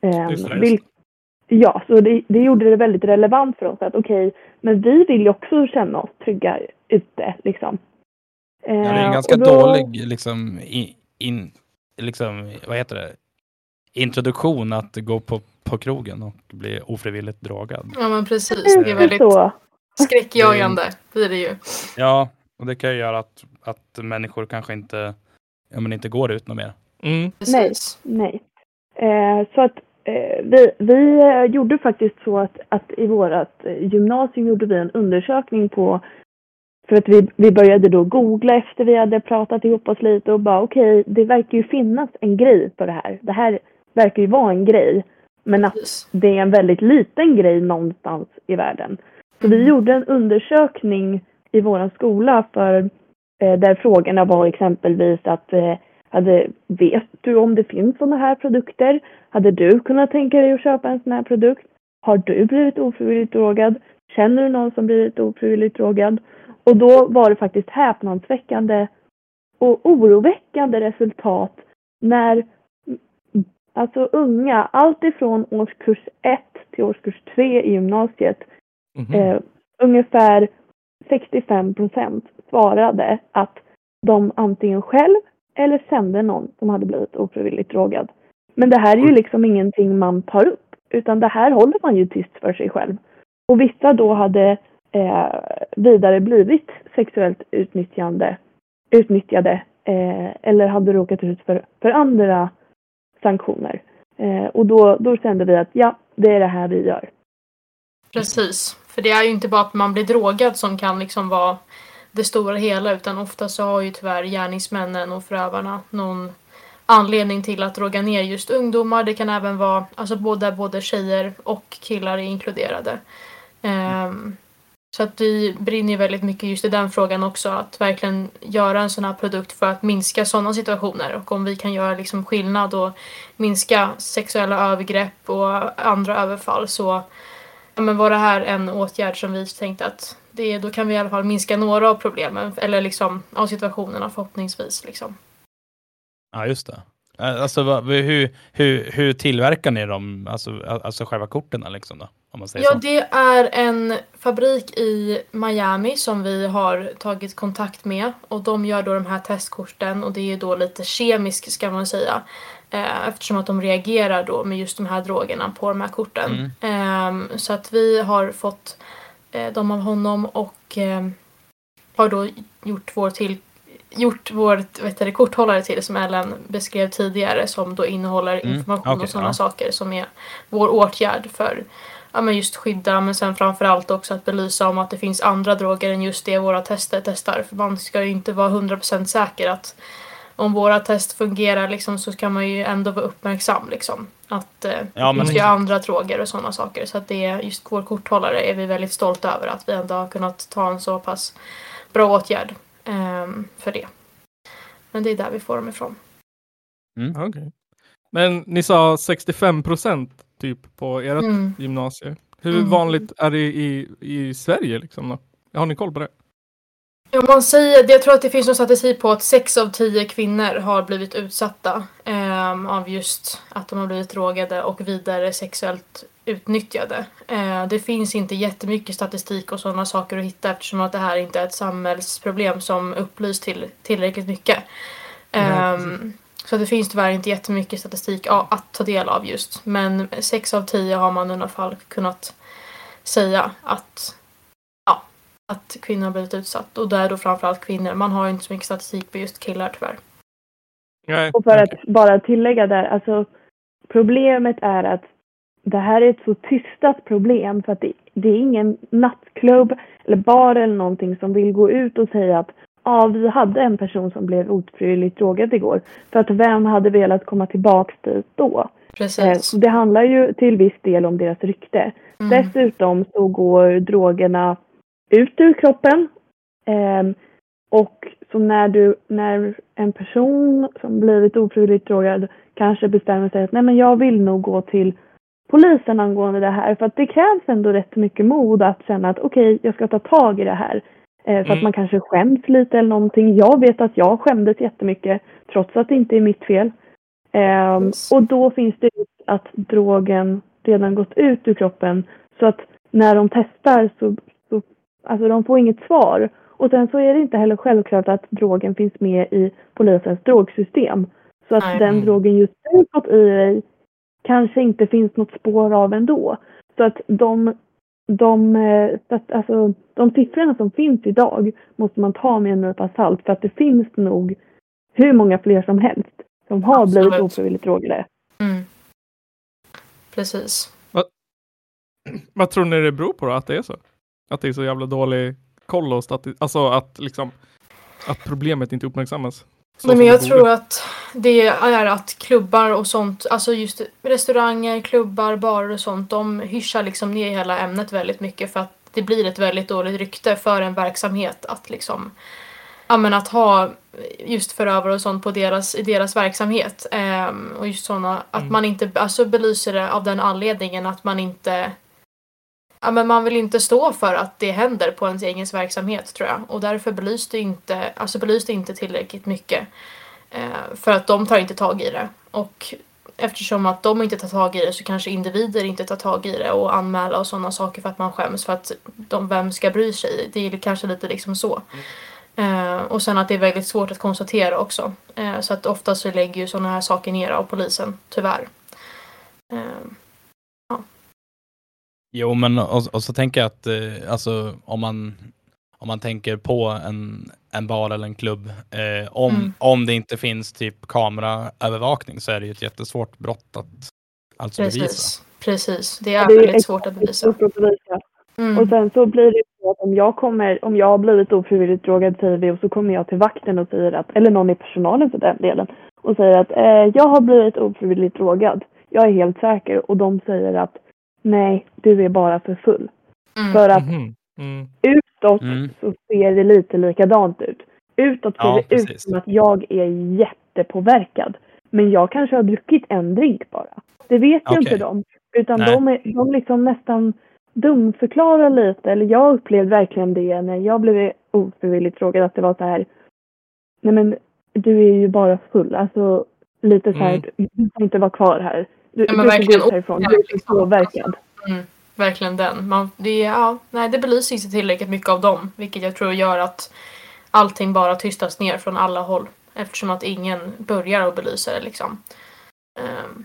H: Eh,
C: Mm, Just det, just
H: vil- ja, så det, det gjorde det väldigt relevant för oss att okej, men vi vill ju också känna oss trygga ute liksom. Eh,
D: Ja, det är en ganska
H: och då-
D: dålig liksom, i- in, liksom, vad heter det? introduktion att gå på, på krogen och bli ofrivilligt drogad.
G: ja, men precis. Det är väldigt
H: så.
G: skräckjagande. Blir det ju.
D: Ja, och det kan ju göra att, att människor kanske inte, ja, men inte går ut något mer.
C: Mm.
G: Precis.
H: Nej. Eh, så att eh, vi, vi eh, gjorde faktiskt så att, att i vårat eh, gymnasium gjorde vi en undersökning på för att vi, vi började då googla efter vi hade pratat ihop oss lite och bara okej, det verkar ju finnas en grej på det här. Det här verkar ju vara en grej. Men att
G: Precis.
H: det är en väldigt liten grej någonstans i världen. Så vi gjorde en undersökning i vår skola för, eh, där frågorna var exempelvis att eh, hade, vet du om det finns sådana här produkter? Hade du kunnat tänka dig att köpa en sån här produkt? Har du blivit ofrivilligt drogad? Känner du någon som blivit ofrivilligt drogad? Och då var det faktiskt häpnadsväckande och oroväckande resultat när Alltså unga, allt ifrån årskurs 1 till årskurs 3 i gymnasiet,
C: Mhm.
H: eh, ungefär 65 procent svarade att de antingen själv eller kände någon som hade blivit ofrivilligt drogad. Men det här är ju liksom ingenting man tar upp, utan det här håller man ju tyst för sig själv. Och vissa då hade eh, vidare blivit sexuellt utnyttjande, utnyttjade eh, eller hade råkat ut för, för andra sanktioner. Eh, och då, då kände vi att ja, det är det här vi gör.
G: Precis. För det är ju inte bara att man blir drogad som kan liksom vara det stora hela utan ofta så har ju tyvärr gärningsmännen och förövarna någon anledning till att droga ner just ungdomar. Det kan även vara alltså både, både tjejer och killar är inkluderade. Ehm, så att vi brinner ju väldigt mycket just i den frågan också att verkligen göra en sån här produkt för att minska sådana situationer och om vi kan göra liksom skillnad och minska sexuella övergrepp och andra överfall så ja, men var det här en åtgärd som vi tänkte att det, då kan vi i alla fall minska några av problemen, eller liksom av situationerna förhoppningsvis. Liksom.
D: Ja, just det. Eh, Alltså vad- hur, hur, hur tillverkar ni dem, alltså, alltså själva korten liksom då? Om man säger
G: Ja,
D: så.
G: det är en fabrik i Miami som vi har tagit kontakt med och de gör då de här testkorten och det är ju då lite kemiskt ska man säga eh, eftersom att de reagerar då med just de här drogerna på de här korten.
D: Mm.
G: Ehm, så att vi har fått eh, dem av honom och ehm, har då gjort vår till gjort vårt vet du, korthållare till som Ellen beskrev tidigare som då innehåller
D: Mm,
G: information
D: okej,
G: och sådana
D: ja.
G: saker som är vår åtgärd för ja, men just skydda men sen framförallt också att belysa om att det finns andra droger än just det våra tester testar. För man ska ju inte vara 100% säker att om våra test fungerar liksom, så ska man ju ändå vara uppmärksam. Liksom. Att eh,
D: Ja, men
G: man ska
D: exakt.
G: göra andra droger och sådana saker. Så att det är just vår korthållare är vi väldigt stolta över att vi ändå har kunnat ta en så pass bra åtgärd ehm, för det. Men det är där vi får dem ifrån.
C: Ja, Ah, okej. Men ni sa 65% typ på ert
G: Mm.
C: gymnasium. Hur
G: Mm.
C: vanligt är det i, i Sverige liksom då? Har ni koll på det?
G: Ja, man säger, jag tror att det finns någon statistik på att sex av tio kvinnor har blivit utsatta ehm, av just att de har blivit drogade och vidare sexuellt utnyttjade. Eh, det finns inte jättemycket statistik och sådana saker att hitta eftersom att det här inte är ett samhällsproblem som upplyst till, tillräckligt mycket. Ehm, så det finns tyvärr inte jättemycket statistik a- att ta del av just. Men sex av tio har man i alla fall kunnat säga att att kvinnor har blivit utsatt. Och där då framförallt kvinnor. Man har ju inte så mycket statistik på just killar tyvärr.
C: Nej.
H: Och för att bara tillägga där, alltså problemet är att det här är ett så tystat problem för att det, det är ingen nattklubb eller bar eller någonting som vill gå ut och säga att ja, vi hade en person som blev ofrivilligt drogad igår. För att vem hade velat komma tillbaks dit då? Eh,
G: Precis.
H: så det handlar ju till viss del om deras rykte.
G: Mm.
H: Dessutom så går drogerna ut ur kroppen. Ehm, och så när, du, när en person som blivit ofrivilligt drogad kanske bestämmer sig att nej men jag vill nog gå till polisen angående det här. För att det krävs ändå rätt mycket mod att känna att okej, jag ska ta tag i det här. Eh, för
C: Mm.
H: att man kanske skäms lite eller någonting. Jag vet att jag skämdes jättemycket trots att det inte är mitt fel. Ehm,
G: Yes.
H: och då finns det risk att drogen redan gått ut ur kroppen. Så att när de testar så, så alltså de får inget svar. Och sen så är det inte heller självklart att drogen finns med i polisens drogsystem. Så att
G: Nej.
H: den drogen just du fått i dig kanske inte finns något spår av ändå. Så att de, de, eh, så att, alltså, de siffrorna som finns idag måste man ta med en nypa salt för att det finns nog hur många fler som helst som har blivit
G: Absolut.
H: ofrivilligt drogade.
G: Mm. Precis.
C: Vad tror ni det beror på då, att det är så? Att det är så jävla dålig koll och stati- Alltså att liksom att problemet inte uppmärksammas. Så
G: Nej,
C: som
G: men jag
C: det borde.
G: tror att det är att klubbar och sånt, alltså just restauranger, klubbar, barer och sånt, de hyschar liksom ner hela ämnet väldigt mycket för att det blir ett väldigt dåligt rykte för en verksamhet att liksom, ja men att ha just förövare och sånt på deras, i deras verksamhet. Ehm, och just sådana,
C: Mm.
G: att man inte, alltså belyser det av den anledningen att man inte Ja, men man vill inte stå för att det händer på ens egen verksamhet tror jag. Och därför belyste inte, alltså belyste inte tillräckligt mycket. Eh, för att de tar inte tag i det. Och eftersom att de inte tar tag i det så kanske individer inte tar tag i det och anmäla och sådana saker för att man skäms för att de, vem ska bry sig? Det är kanske lite liksom så. Eh, och sen att det är väldigt svårt att konstatera också. Eh, så att ofta så lägger ju sådana här saker ner av polisen, tyvärr. Eh,
D: Jo men och, och så tänker jag att eh, alltså om man om man tänker på en, en bar eller en klubb, eh, om,
G: Mm.
D: om det inte finns typ kameraövervakning så är det ju ett jättesvårt brott att alltså bevisa.
G: precis, precis. Det är
H: Det är
G: väldigt
H: exakt
G: svårt att
H: Det är
G: bevisa.
H: svårt att bevisa.
G: Mm.
H: Och sen så blir det så att om jag kommer, om jag har blivit ofrivilligt drogad säger vi och så kommer jag till vakten och säger att, eller någon i personalen för den delen, och säger att eh, jag har blivit ofrivilligt drogad. Jag är helt säker och de säger att nej, du är bara för full.
G: Mm.
H: För att
C: Mhm. Mm.
H: utåt
D: Mm.
H: så ser det lite likadant ut. Utåt ser
D: Ja,
H: det ut
D: precis.
H: som att jag är jättepåverkad. Men jag kanske har druckit en drink bara. Det vet ju
D: Okej.
H: inte de. Utan
D: Nej.
H: de, är, de liksom nästan dumförklara lite, eller jag upplevde verkligen det när jag blev ofrivilligt frågad att det var så här. Nej men du är ju bara full, alltså lite så här,
D: Mm.
H: du kan inte vara kvar här. Du,
G: Ja, men
H: du får
G: verkligen
H: gå ut härifrån, du är så påverkad.
G: Verkligen den. Man, det, ja, nej, det belyser inte tillräckligt mycket av dem, vilket jag tror gör att allting bara tystas ner från alla håll eftersom att ingen börjar att belysa det liksom. Ehm,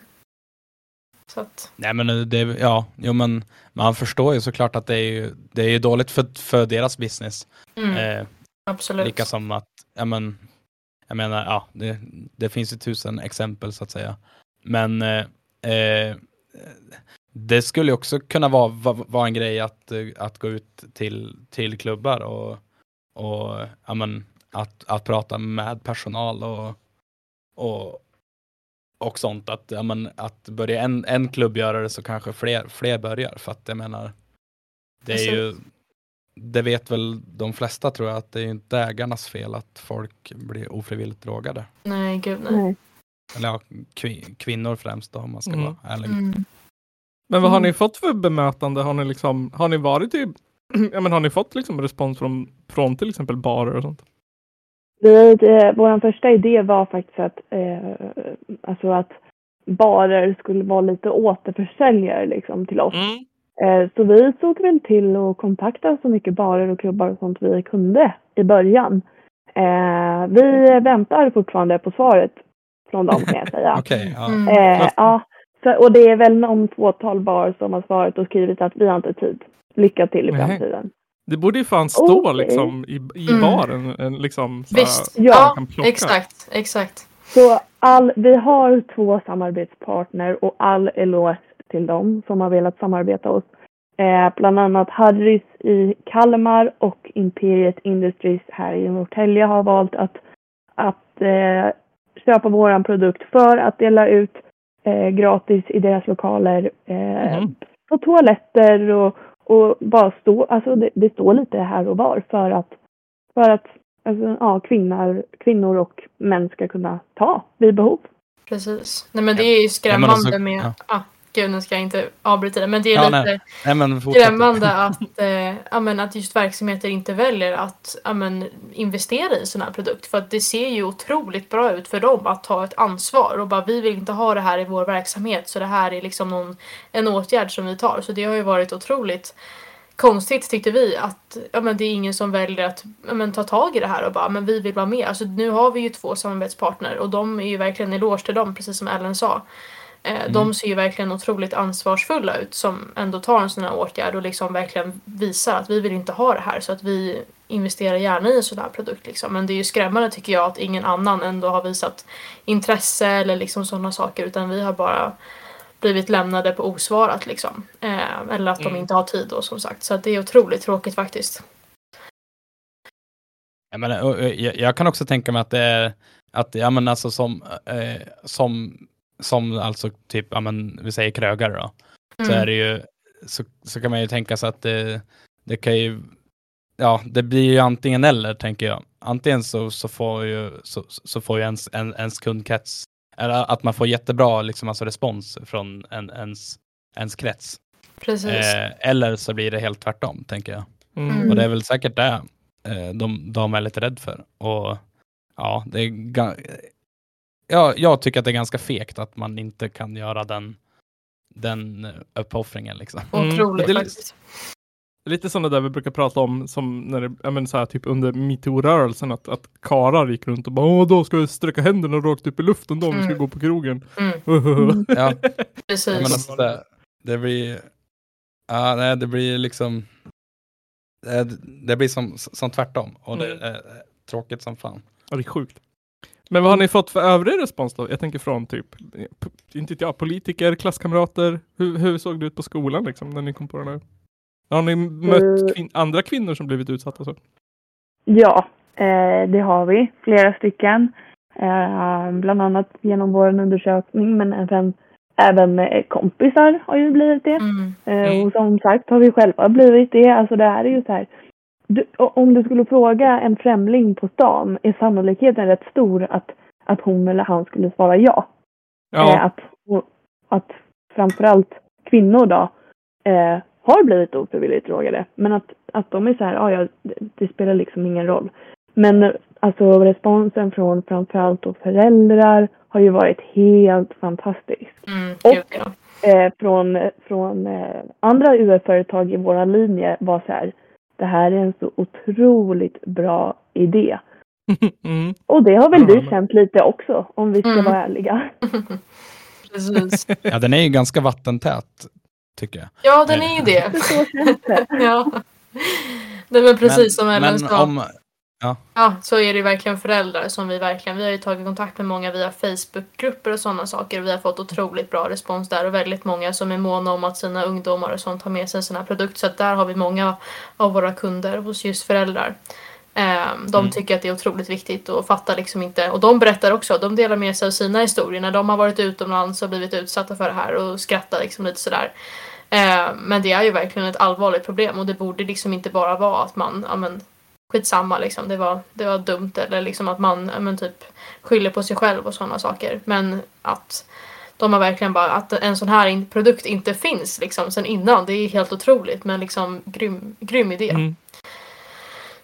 G: så att,
D: Nej men eh, det, är- ja, jo men man förstår ju såklart att det är ju, det är ju dåligt för, för deras business.
G: mm,
D: Eh,
G: absolut.
D: lika som att, ja men, jag menar, ja, det, det finns ju tusen exempel så att säga. Men eh, eh, det skulle ju också kunna vara, va- vara en grej att, eh, att gå ut till, till klubbar och, och ja men, att, att prata med personal och, och, och sånt. Att, ja men, att börja en, en klubb göra det så kanske fler, fler börjar. För att jag menar, det är
G: Alltså-
D: ju, det vet väl de flesta tror jag, att det är ju inte ägarnas fel att folk blir ofrivilligt drogade.
G: Nej, gud nej.
H: Nej.
D: Eller ja, kvi- kvinnor främst då om man ska
C: Mm.
D: vara ärlig.
G: Mm.
C: Men vad har ni fått för bemötande? Har ni liksom, har ni varit i, ja men har ni fått liksom respons från, från till exempel barer och sånt?
H: Vi, eh, vår första idé var faktiskt att, eh, alltså att barer skulle vara lite återförsäljare liksom, till oss.
C: Mm.
H: Eh, Så vi såg väl till att kontakta så mycket barer och klubbar och sånt vi kunde i början. Eh, Vi väntar fortfarande på svaret från dem kan jag säga.
D: Okej, ja.
G: Mm.
H: Eh, ja, så, och det är väl någon fåtal bar som har svarat och skrivit att vi har inte tid. Lycka till i
C: Nej.
H: framtiden.
C: Det borde ju fan stå
H: Okej.
C: liksom i, i
G: Mm.
C: baren. En, liksom, så här-
G: Visst,
H: Ja,
G: ja,
C: kan plocka.
G: exakt, exakt.
H: Så all, vi har två samarbetspartner och all eloge till dem som har velat samarbeta oss. Eh, bland annat Harris i Kalmar och Imperiet Industries här i Norrtälje har valt att, att eh, köpa våran produkt för att dela ut eh, gratis i deras lokaler eh,
C: Mhm.
H: på toaletter och, och bara stå, alltså det, det står lite här och var för att, för att alltså, ja, kvinnor, kvinnor och män ska kunna ta vid behov.
G: Precis. Nej men det är ju skrämmande
D: alltså-
G: med...
D: ja.
G: Ah, gud, nu ska jag inte avbryta det, men det är
D: Ja,
G: lite...
D: nej. Nej, men fortsätt.
G: skrämmande att, eh, ja, men att just verksamheter inte väljer att ja, men investera i en sån här produkt. För att det ser ju otroligt bra ut för dem att ta ett ansvar och bara vi vill inte ha det här i vår verksamhet så det här är liksom någon, en åtgärd som vi tar. Så det har ju varit otroligt konstigt tyckte vi att ja, men det är ingen som väljer att ja, men, ta tag i det här och bara men vi vill vara med. Alltså, nu har vi ju två samarbetspartner och de är ju verkligen en eloge till dem precis som Ellen sa. Eh, De ser ju verkligen otroligt ansvarsfulla ut som ändå tar en sån här åtgärd och liksom verkligen visar att vi vill inte ha det här så att vi investerar gärna i en sån här produkt. Liksom. Men det är ju skrämmande tycker jag att ingen annan ändå har visat intresse eller liksom sådana saker utan vi har bara blivit lämnade på osvarat liksom. Eh, eller att
D: Mm.
G: de inte har tid då som sagt. Så att det är otroligt tråkigt faktiskt.
D: Jag, menar, och, och, jag, jag kan också tänka mig att det är, att, ja men alltså som, eh, som, som alltså typ, ja men vi säger krögare då,
G: Mm.
D: så är det ju, så, så kan man ju tänka sig att det, det kan ju, ja det blir ju antingen eller tänker jag. Antingen så, så får ju, så, så får ju ens, en, ens kundkrets, eller att man får jättebra liksom alltså respons från en, ens, ens krets.
G: Precis.
D: Eh, eller så blir det helt tvärtom tänker jag.
C: Mm.
G: Mm.
D: Och det är väl säkert det eh, de, de är lite rädd för. Och ja, det är ga- ja, jag tycker att det är ganska fegt att man inte kan göra den, den uppoffringen liksom.
C: Mm.
G: Otroligt
C: Det är-
G: faktiskt.
C: Lite sådana där vi brukar prata om som när det, ja men så här, typ under metoo-rörelsen att, att karar gick runt och bara Åh, då ska vi sträcka händerna rakt upp i luften då om vi ska
G: Mm.
C: gå på krogen.
G: Mm.
D: Ja,
G: Precis.
D: jag menar, så där, det blir, ja, nej, det blir liksom, det, det blir som, som tvärtom och det
C: Mm.
D: är eh, tråkigt som fan.
C: Ja, det är sjukt. Men vad har ni fått för övrig respons då? Jag tänker från typ, eh, p- inte vet jag, politiker, klasskamrater. Hur, hur såg det ut på skolan liksom när ni kom på den här? Har ni mött kvin- andra kvinnor som blivit utsatta så?
H: Ja, eh, det har vi. Flera stycken. Eh, bland annat genom vår undersökning men även, även eh, kompisar har ju blivit det.
G: Mm.
H: Eh, och som sagt har vi själva blivit det. Alltså det här är ju så här. Du, o- om du skulle fråga en främling på stan är sannolikheten rätt stor att, att hon eller han skulle svara ja. Eh,
C: Ja,
H: att, att framförallt kvinnor då eh, har blivit ofrivilligt drogade. Men att, att de är så här, ah, ja, det, det spelar liksom ingen roll. Men eh, alltså responsen från framförallt då föräldrar har ju varit helt fantastisk
G: Mm,
H: Och-
G: gud, ja.
H: eh, från, från eh, andra UF-företag i vår linje var så här. Det här är en så otroligt bra idé.
C: Mm.
H: Och det har väl vi
C: Mm.
H: känt lite också om vi ska
G: Mm.
H: vara ärliga.
G: Precis.
D: Ja den är ju ganska vattentät, tycker jag.
G: Ja, den är ju det.
H: Så känns det.
G: Ja. Nej men precis som Ellen
D: men
G: sa.
D: om,
G: Ja, så är det ju verkligen föräldrar som vi verkligen, vi har ju tagit kontakt med många via Facebookgrupper och sådana saker och vi har fått otroligt bra respons där och väldigt många som är måna om att sina ungdomar och sånt tar med sig sina produkter så att där har vi många av våra kunder hos just föräldrar. Ehm, De tycker att det är otroligt viktigt och fattar liksom inte. Och de berättar också, de delar med sig av sina historier när de har varit utomlands och blivit utsatta för det här och skrattar liksom lite sådär. Ehm, Men det är ju verkligen ett allvarligt problem och det borde liksom inte bara vara att man, ja men skitsamma liksom, det var, det var dumt eller liksom att man ja, men, typ skyller på sig själv och sådana saker. Men att de har verkligen bara, att en sån här in- produkt inte finns liksom sen innan, det är helt otroligt men liksom grym, grym idé.
C: Mm.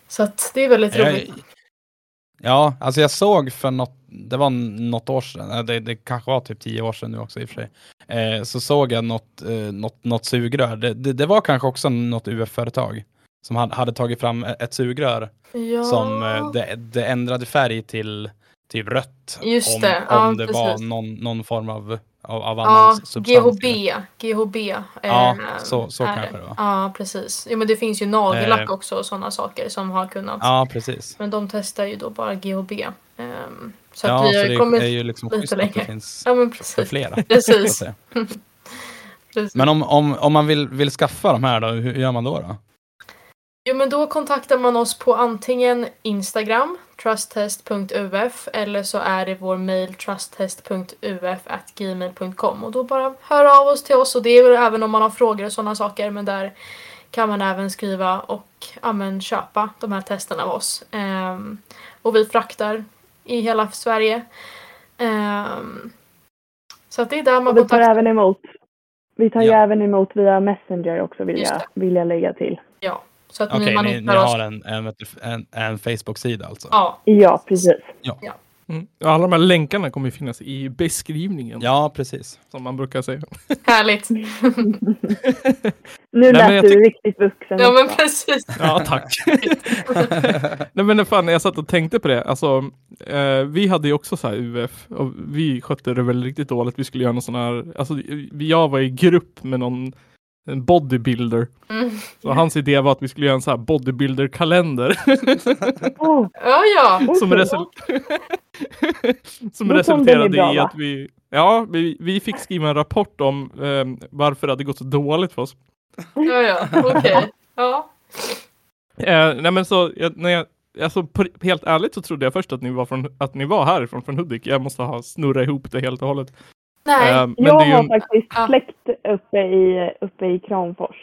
G: Så att det är väldigt roligt.
D: Jag- Ja, alltså jag såg för något, det var något år sedan, eh, det, det kanske var typ tio år sedan nu också i och för sig, eh, så såg jag något, eh, något, något sugrör. Det, det, det var kanske också något UF-företag som hade, hade tagit fram e- ett sugrör
G: Ja.
D: som eh, det, det ändrade färg till typ rött.
G: Just
D: om,
G: det,
D: om
G: ja,
D: det var
G: precis.
D: någon, någon form av, av, av annan
G: Ja,
D: s- substans.
G: GHB. GHB eh,
D: Ja, så- så
G: är
D: kanske det var.
G: Ja, precis. Jo, men det finns ju nagellack
D: Eh.
G: också och sådana saker som har kunnat.
D: Ja, precis.
G: Men de testar ju då bara GHB. ehm, så att
D: Ja,
G: vi
D: så
G: har
D: det
G: ju
D: är-
G: kommit...
D: är ju liksom
G: lite
D: schysst att det
G: längre.
D: finns
G: Ja, men
D: för
G: precis.
D: flera. så att
G: Precis.
D: säga.
G: precis.
D: Men om, om, om man vill, vill skaffa de här då, hur hur gör man då? då?
G: Jo, men då kontaktar man oss på antingen Instagram, trusttest.uf, eller så är det vår mail trusttest.uf.gmail.com. Och då bara hör av oss till oss och det är väl även om man har frågor och sådana saker, men där kan man även skriva och ja, men, köpa de här testerna av oss. Ehm, och vi fraktar i hela Sverige. Ehm, så att det är där man
H: Och vi tar
G: kontaktar
H: även emot. Vi tar ju
D: Ja.
H: även emot via Messenger också vill
G: Just
H: jag, vill jag lägga till.
G: Så att
D: Okej,
G: man
D: ni, ni
G: hittar oss.
D: har en, en, en, en Facebook-sida alltså?
G: Ja,
H: Ja, precis.
C: Mm. Ja, Alla de här länkarna kommer ju finnas i beskrivningen,
D: Ja, precis.
C: som man brukar säga.
G: härligt.
H: Nu
C: men
H: lät
C: jag
H: du
C: tyck-
H: riktigt vuxen
G: Ja, men
H: också.
G: precis.
C: Ja, tack. Nej men fan, jag satt och tänkte på det. Alltså, eh, vi hade ju också så här UF och vi skötte det väl riktigt dåligt. Vi skulle göra någon sån här, alltså jag var i grupp med någon en bodybuilder.
G: Mm.
C: Så hans idé var att vi skulle göra en sån här bodybuilder-kalender.
H: Åh,
G: Ja, ja.
C: som
H: okej.
C: resul- som
H: Då kom den
C: resulterade
H: ju bra,
C: i
H: va?
C: att vi, ja, vi, vi fick skriva en rapport om eh, varför det hade gått så dåligt för oss.
G: Ja, ja. Okej. Ja.
C: Eh, nej men så, jag, när jag, alltså på, helt ärligt så trodde jag först att ni var, från, att ni var härifrån, från Hudik. Jag måste ha snurrat ihop det helt och hållet.
G: Nej.
D: Ehm,
C: Eh, men
H: Jag
C: det är ju
H: har
C: en-
H: faktiskt
G: Ja.
H: släkt uppe i, uppe i Kramfors.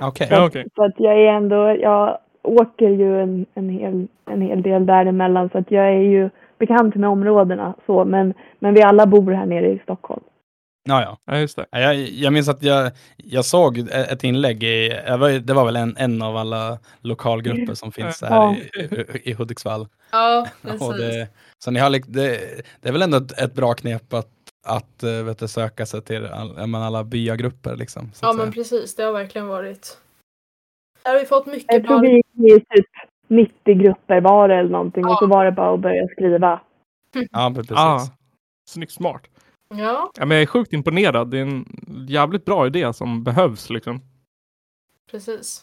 D: Okej.
C: Ja, okej.
H: Så att jag är ändå, jag åker ju en, en, hel, en hel del däremellan så att jag är ju bekant med områdena så men, men vi alla bor här nere i Stockholm.
D: Ja, ja.
C: Ja, just det.
D: Ja, Jag, jag minns att jag, jag såg e- ett inlägg i, jag var ju- det var väl en, en av alla lokalgrupper som finns här i, i, i Hudiksvall.
G: Ja,
D: Och
G: precis.
D: det, så ni har, lik- det, det är väl ändå ett, ett bra knep att, att eh, vet du, söka sig till all, jag menar, alla byagrupper liksom. Så
G: Ja,
D: att
G: men
D: säga.
G: precis. Det har verkligen varit. Där har vi fått mycket
H: Jag
G: bra.
H: tror vi gick i typ 90 grupper var det eller någonting och så
G: Ja.
H: var det bara att börja skriva.
D: Ja, precis.
C: Ah, snyggt smart.
G: Ja,
C: Ja, men jag är sjukt imponerad. Det är en jävligt bra idé som behövs liksom.
G: precis.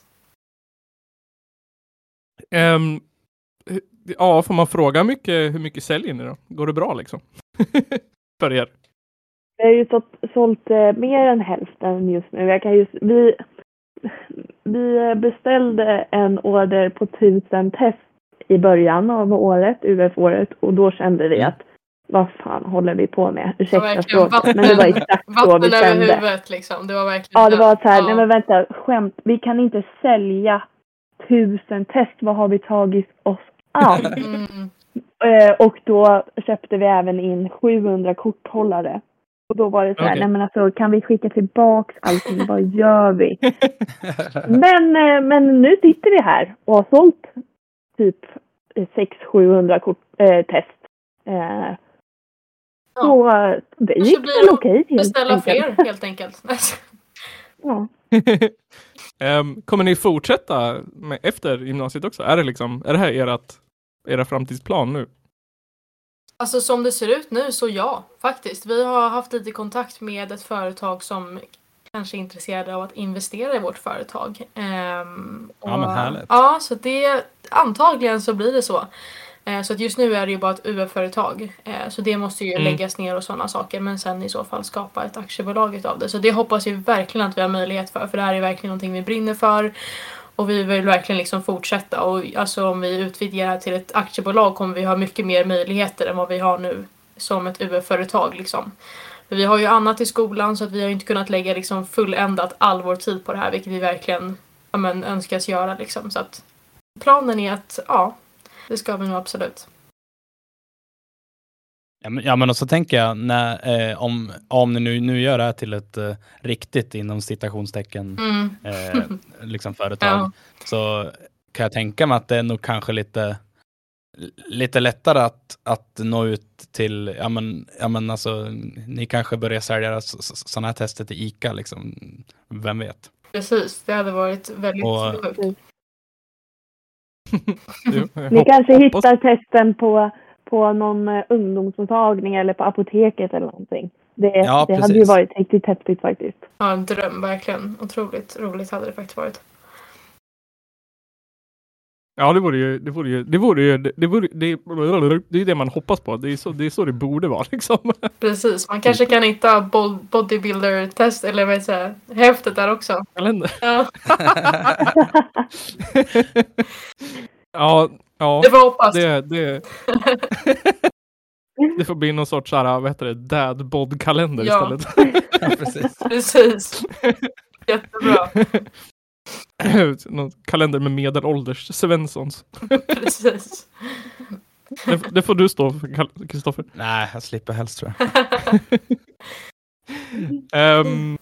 C: Ehm, hu- ja, får man fråga hur mycket, hur mycket säljer ni då? Går det bra liksom? för er?
H: Vi har ju sålt, sålt eh, mer än hälften just nu. Jag kan just, vi, vi beställde en order på 1000 test i början av året, UF-året, och då kände vi att vad fan håller vi på med? Ursäkta
G: verkligen.
H: språket, men det var exakt så vi
G: Vatten över
H: kände.
G: huvudet liksom. Det var verkligen
H: Ja, det var så här,
G: Ja.
H: nej men vänta, skämt, vi kan inte sälja 1000 test, vad har vi tagit oss an?
G: Mm.
H: Eh, och då köpte vi även in 700 korthållare Och då var det så här,
C: Okej.
H: nej men alltså kan vi skicka tillbaks allting, vad gör vi? Men, eh, men nu sitter vi här och har sålt typ 600-700 kort, eh, test. Eh,
G: Ja.
H: Så eh, det
G: Kanske
H: gick
G: blir
H: väl
G: det
H: okej helt
G: Beställa
H: enkelt.
G: fler helt enkelt. Alltså, Nej, så-
H: Ja.
C: Ehm, kommer ni fortsätta med, efter gymnasiet också? Är det liksom, är det här ert, era framtidsplan nu?
G: Alltså som det ser ut nu så ja, faktiskt. Vi har haft lite kontakt med ett företag som kanske är intresserade av att investera i vårt företag. Ehm,
D: Ja, men härligt.
G: Ja, så det antagligen så blir det så. Eh, så att just nu är det ju bara ett UF-företag. Eh, så det måste ju
C: Mm.
G: läggas ner och sådana saker. Men sen i så fall skapa ett aktiebolag utav det. Så det hoppas vi verkligen att vi har möjlighet för. För det här är verkligen någonting vi brinner för. Och vi vill verkligen liksom fortsätta och alltså om vi utvidgar det här till ett aktiebolag kommer vi ha mycket mer möjligheter än vad vi har nu som ett UF-företag liksom. För vi har ju annat i skolan så att vi har ju inte kunnat lägga liksom fulländat all vår tid på det här vilket vi verkligen ja, men, önskas göra liksom. Så att planen är att ja, det ska vi nog absolut.
D: Ja men, ja men och så tänker jag, när, eh, om, om ni nu, nu gör det här till ett eh, riktigt inom citationstecken
G: Mm.
D: eh, liksom företag,
G: Ja.
D: så kan jag tänka mig att det är nog kanske lite, lite lättare att, att nå ut till, ja men, ja men alltså, ni kanske börjar sälja sådana här tester till ICA liksom, vem vet?
G: Precis, det hade varit väldigt
D: Och-
G: sjukt.
C: Jo, jag
H: Ni
C: hop-
H: kanske
C: hoppas-
H: hittar testen på, på någon eh, ungdomsmottagning eller på apoteket eller någonting. Det,
D: Ja,
H: det hade ju
D: precis.
H: varit riktigt häftigt faktiskt.
G: Ja, en dröm verkligen. Otroligt roligt hade det faktiskt varit.
C: Ja, det vore ju, det vore ju, det vore ju, det vore, det, det är ju det man hoppas på. Det är så, det är så det borde vara liksom.
G: Precis, man kanske kan hitta bod- bodybuilder-test eller vad säger jag, häftet där också.
C: Kalender.
G: Ja,
C: Ja, ja.
G: det får hoppas.
C: Det, det, det får bli någon sorts såhär, vad heter det, dad bod kalender
G: Ja.
C: istället.
D: Ja, precis.
G: Precis. Jättebra.
C: någon kalender med medelålders Svenssons.
G: Precis.
C: Det, det får du stå för, Kal- Kristoffer.
D: Nej, jag slipper helst tror jag.
H: Mm.
C: Ehm,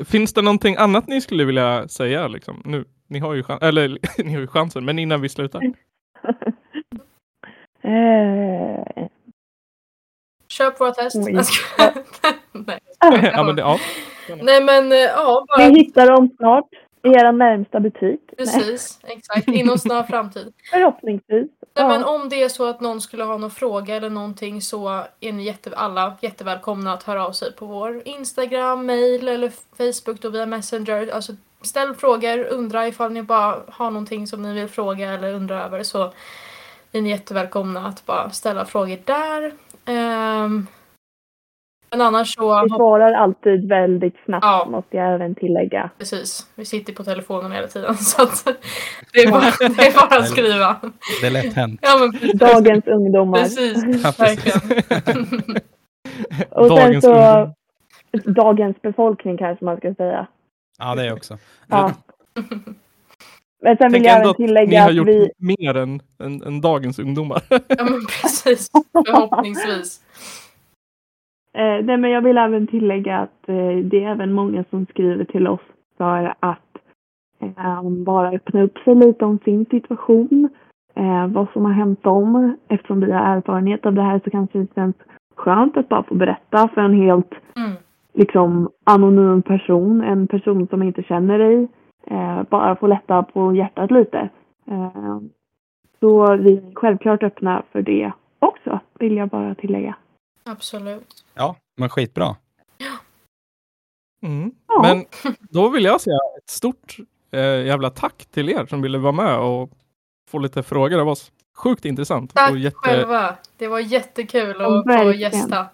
C: f- finns det någonting annat ni skulle vilja säga liksom nu? Ni har ju, chan- eller, ni har ju chansen, men innan vi slutar.
H: Eh,
G: Köp våra test.
H: Oj.
G: Jag skojar. Nej.
C: ja, men det, ja.
G: Nej men eh, ja,
H: Ni
G: bara
H: hittar dem snart i er närmsta butik. Nej,
G: precis. Exakt, inom snar framtid.
H: förhoppningsvis.
G: Nej,
H: Ja.
G: men om det är så att någon skulle ha någon fråga eller någonting så är ni jätte, alla jättevälkomna att höra av sig på vår Instagram, mail eller Facebook då via Messenger. Alltså, ställ frågor, undra ifall ni bara har någonting som ni vill fråga eller undra över så är ni jättevälkomna att bara ställa frågor där. Ehm, men annars så...
H: Vi svarar alltid väldigt snabbt
G: Ja.
H: måste jag även tillägga.
G: Precis, vi sitter på telefonen hela tiden så att det är bara, det är bara att skriva.
D: Det är lätt hänt.
G: Ja men precis,
H: Dagens ungdomar.
G: precis
D: Ja, precis.
G: verkligen.
H: Och sen
C: Dagens
H: så-
C: ungdom.
H: Dagens befolkning kanske man ska säga.
D: Ja, det är också.
H: Ja. Men sen vill
C: Tänk
H: jag
C: ändå
H: även
C: att ni
H: tillägga
C: har
H: att
C: gjort
H: vi...
C: mer än, än, än dagens ungdomar.
G: Ja men precis, förhoppningsvis.
H: Eh, nej, men jag vill även tillägga att eh, det är även många som skriver till oss för att eh, bara öppna upp sig lite om sin situation, eh, vad som har hänt dem. Eftersom vi har erfarenhet av det här så kanske det känns skönt att bara få berätta för en helt
G: Mm.
H: liksom anonym person, en person som inte känner dig, eh, bara få lätta på hjärtat lite. Eh, så vi är självklart öppna för det också, vill jag bara tillägga.
G: Absolut.
D: Ja, men skitbra.
C: Mm.
H: Ja.
C: Men då vill jag säga ett stort eh, jävla tack till er som ville vara med och få lite frågor av oss. Sjukt intressant.
G: Tack
C: och jätte...
G: själva, det var jättekul att
H: Ja,
G: få
H: verkligen.
G: gästa.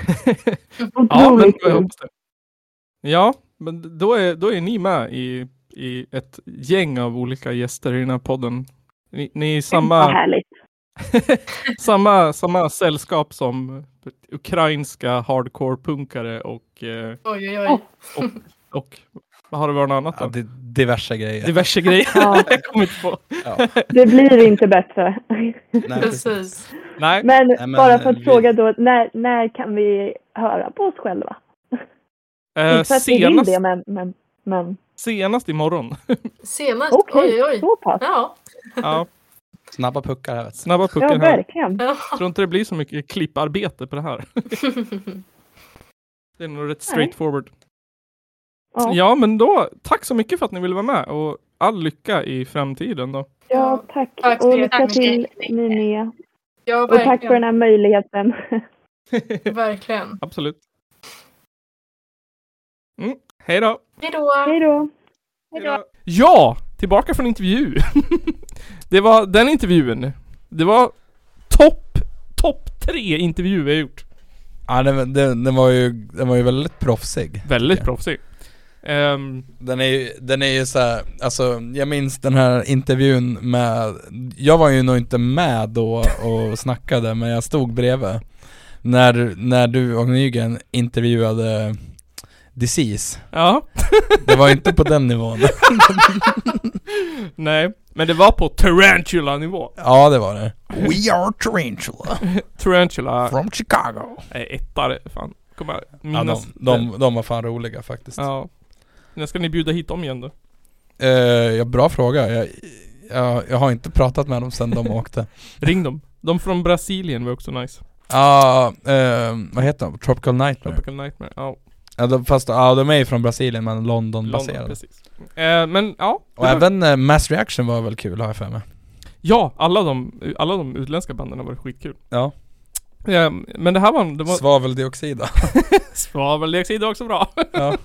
C: ja, men
H: Otroligt
C: jag
H: kul.
C: hoppas det. Ja, men då är, då är ni med i, i ett gäng av olika gäster i den här podden. Ni, ni är i
H: Vad
C: samma,
H: härligt.
C: samma, samma sällskap som ukrainska hardcore-punkare och, eh,
G: Oj oj oj.
H: Oh.
C: och Har det varit något annat
D: Ja,
C: då?
D: det, diverse grejer.
C: Diverse grejer.
H: Ja.
C: Jag kommer inte på.
H: Det blir inte bättre.
D: Nej, precis.
G: Precis.
C: Nej.
H: Men,
D: men,
H: bara för att
D: eh,
H: fråga då, när, när kan vi höra på oss själva?
C: Eh,
H: inte för att vi vill
C: senast,
H: det, men, men, men
C: senast imorgon.
G: Senast. Oj,
H: okej,
G: oj.
H: så pass.
G: Ja.
C: Ja,
D: Snabba puckar här vet du.
C: snabba
H: Ja,
C: pucken här.
H: verkligen.
C: Tror inte det blir så mycket klipparbete på det här. Det är nog rätt straight forward.
H: Ja,
C: Ja, men då tack så mycket för att ni ville vara med och all lycka i framtiden då.
H: ja, tack.
G: Tack så
H: Och
G: mycket.
H: lycka till ni med.
G: ja,
H: Och tack för den
G: verkligen.
H: här möjligheten.
G: Verkligen.
C: Absolut. Mm, hej då.
G: Hej då.
H: Hej då.
C: Ja, tillbaka från intervju. det var den intervjun. Det var topp, topp tre intervjuer jag gjort.
D: Ja, den, den, den, var ju, den var ju väldigt proffsig.
C: Väldigt
D: Ja.
C: proffsig. Ehm,
D: Den är ju, den är ju så här, alltså jag minns den här intervjun med, jag var ju nog inte med då och snackade men jag stod bredvid. När, när du och Nygren intervjuade Disease.
C: ja,
D: Det var inte på den nivån.
C: nej. Men det var på Tarantula-nivå.
D: Ja det var det. We are Tarantula
C: Tarantula
D: from Chicago.
C: är ettare, fan. Kommer jag
D: Ja, de,
C: minnas.
D: de, de var fan roliga faktiskt.
C: Ja. När ska ni bjuda hit dem igen då?
D: Eh, ja, bra fråga. Jag, jag, jag har inte pratat med dem sedan de åkte.
C: Ring dem. De från Brasilien var också nice.
D: Ja, ehm, vad heter de? Tropical Nightmare?
C: Tropical Nightmare. Ja,
D: Ja, de, fast ja, de är ju från Brasilien men
C: London,
D: Londonbaserade.
C: precis. Eh, men ja. det
D: Och
C: var-
D: även eh, Mass Reaction var väl kul har jag för mig.
C: Ja, alla de, alla de utländska banden har varit skitkul.
D: Ja.
C: Eh, men det här var... Det var
D: Svaveldioxida.
C: svaveldioxid är också bra.
D: ja.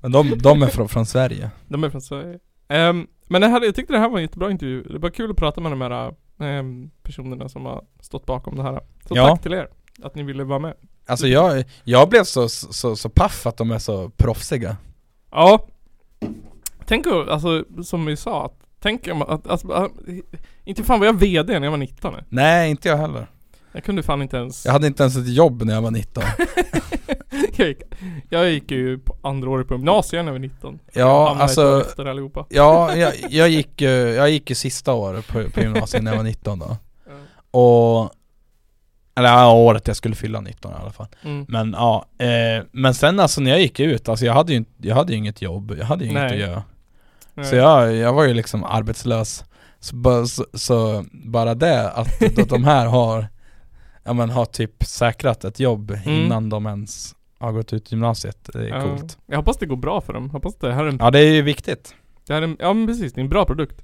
D: Men de, de är från, från Sverige.
C: De är från Sverige. Ehm, men det här, jag tyckte det här var en jättebra intervju. Det var kul att prata med de här ehm, personerna som har stått bakom det här. Så
D: Ja.
C: tack till er att ni ville vara med.
D: Alltså jag, jag blev så, så, så paff att de är så proffsiga.
C: Ja. Tänk att, alltså som vi sa, att, tänk om att, alltså, äh, inte fan var jag VD när jag var 19.
D: Nej, inte jag heller.
C: Jag kunde fan inte ens,
D: Jag hade inte ens ett jobb när jag var 19.
C: jag, gick, jag gick ju på andra året på gymnasiet när jag var 19.
D: Ja,
C: Hamnade ett år
D: alltså
C: efter allihopa.
D: Ja, jag, jag, gick, eh, jag gick ju sista året på, på gymnasiet när jag var 19 då
C: Ja.
D: Och Eller ja, året jag skulle fylla 19 i alla fall
C: Mm.
D: Men ja, eh, men sen alltså när jag gick ut, alltså jag hade ju, inte- jag hade ju inget jobb, jag hade ju inget
C: Nej.
D: att göra Så
C: Nej.
D: jag, jag var ju liksom arbetslös Så, bara- så, så bara det att de- de här har Ja men har typ säkrat ett jobb innan de ens har gått ut gymnasiet, det är
C: Mm. Ja.
D: coolt
C: Jag hoppas det går bra för dem. Hoppas det här är en,
D: Ja det är ju viktigt
C: det här är en ja men precis, det är en bra produkt.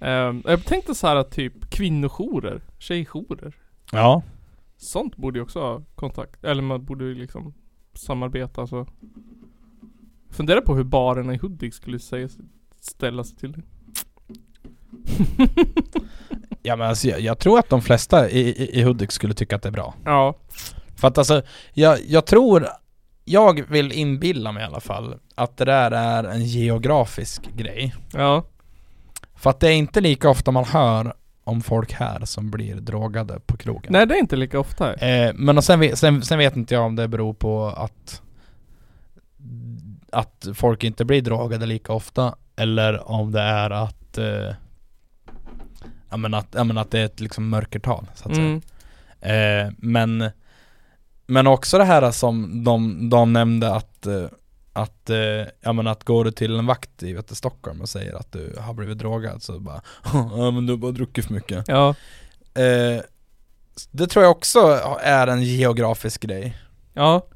C: Ehm, jag tänkte så här att typ kvinnojourer, tjejjourer.
D: Ja
C: Sånt borde ju också ha kontakt, eller man borde ju liksom samarbeta så. Fundera på hur barerna i Hudik skulle säga, ställa sig till det.
D: Ja men alltså, jag, jag tror att de flesta i, i, i Hudik skulle tycka att det är bra.
C: Ja.
D: För att alltså, jag, jag tror, jag vill inbilla mig i alla fall, att det där är en geografisk grej.
C: Ja.
D: För att det är inte lika ofta man hör om folk här som blir drogade på krogen.
C: Nej det är inte lika ofta.
D: Eh, men och sen, ve- sen, sen vet inte jag om det beror på att, att folk inte blir drogade lika ofta, eller om det är att eh, Ja men att, ja, men att det är ett liksom mörkertal så att säga.
C: Mm.
D: Eh, men, men också det här som de, de nämnde att, eh, att, eh, ja, men att går du till en vakt i vet, du, Stockholm och säger att du har blivit drogad så bara ja men du har bara druckit för mycket.
C: Ja.
D: Eh, det tror jag också är en geografisk grej.
C: Ja.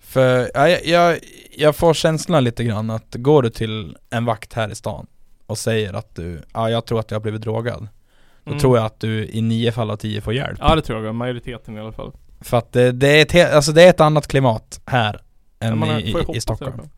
D: För ja, jag, jag, jag får känslan lite grann att går du till en vakt här i stan och säger att du, ja jag tror att jag har blivit drogad. Då
C: Mm.
D: tror jag att du i nio fall av tio får hjälp.
C: Ja det tror jag, majoriteten i alla fall.
D: För att det, det, är, ett, he- alltså det är ett annat klimat här
C: Ja,
D: än
C: man har-
D: i,
C: får ju
D: i, i
C: hoppas alla
D: Stockholm.
C: fall.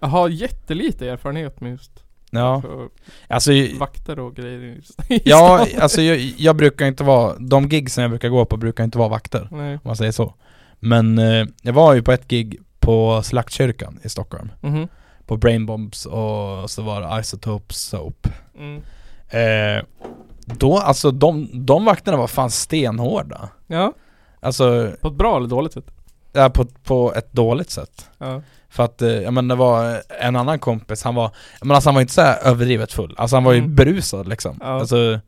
C: Jag har jättelite erfarenhet med just
D: Ja,
C: alltså,
D: alltså, ju-
C: vakter och grejer i i
D: ja,
C: stan.
D: alltså jag, jag brukar inte vara, de gig som jag brukar gå på brukar inte vara vakter,
C: Nej.
D: om man säger så. Men eh, jag var ju på ett gig på Slaktkyrkan i Stockholm,
C: Mhm.
D: på Brainbombs och så var det Isotope Soap.
C: Mm.
D: Eh, då, alltså de, de vakterna var fan stenhårda.
C: Ja,
D: Alltså,
C: på ett bra eller dåligt sätt.
D: ja, på, på ett dåligt sätt.
C: Ja.
D: För att, eh, jag men det var en annan kompis, han var, men alltså han var inte så här överdrivet full, alltså han var ju
C: Mm.
D: berusad liksom.
C: Ja.
D: Alltså,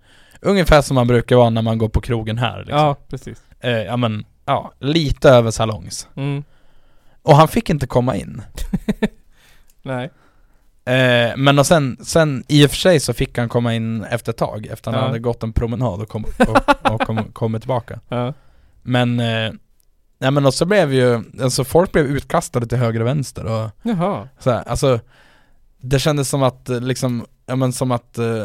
D: ungefär som man brukar vara när man går på krogen här liksom.
C: Ja, precis.
D: Eh, ja men, ja, lite över salongs.
C: Mm.
D: Och han fick inte komma in.
C: Nej.
D: Eh, men och sen, sen, i och för sig så fick han komma in efter ett tag, efter han
C: Ja.
D: hade gått en promenad och, kom, och, och kom, kommit tillbaka.
C: Ja.
D: Men, eh, nej men och så blev ju, alltså folk blev utkastade till höger och vänster och
C: Jaha.
D: så här, alltså det kändes som att eh, liksom, ja men som att eh,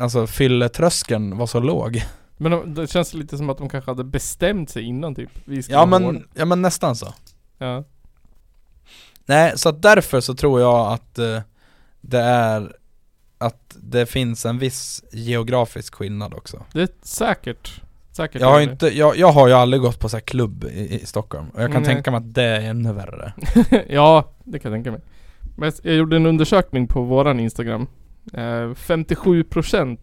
D: Alltså fylletröskeln var så låg.
C: Men de, det känns lite som att de kanske hade bestämt sig innan typ. Vi ska
D: Ja
C: ha vård.
D: men, ja men nästan så.
C: Ja.
D: Nej, så att därför så tror jag att eh, det är att det finns en viss geografisk skillnad också.
C: Det är säkert. Säkert.
D: Jag har,
C: är
D: ju
C: det.
D: inte, jag, jag har ju aldrig gått på så här klubb i, i Stockholm och jag kan
C: Nej.
D: tänka mig att det är ännu värre.
C: ja, det kan jag tänka mig. Men jag gjorde en undersökning på våran Instagram. Eh, 57%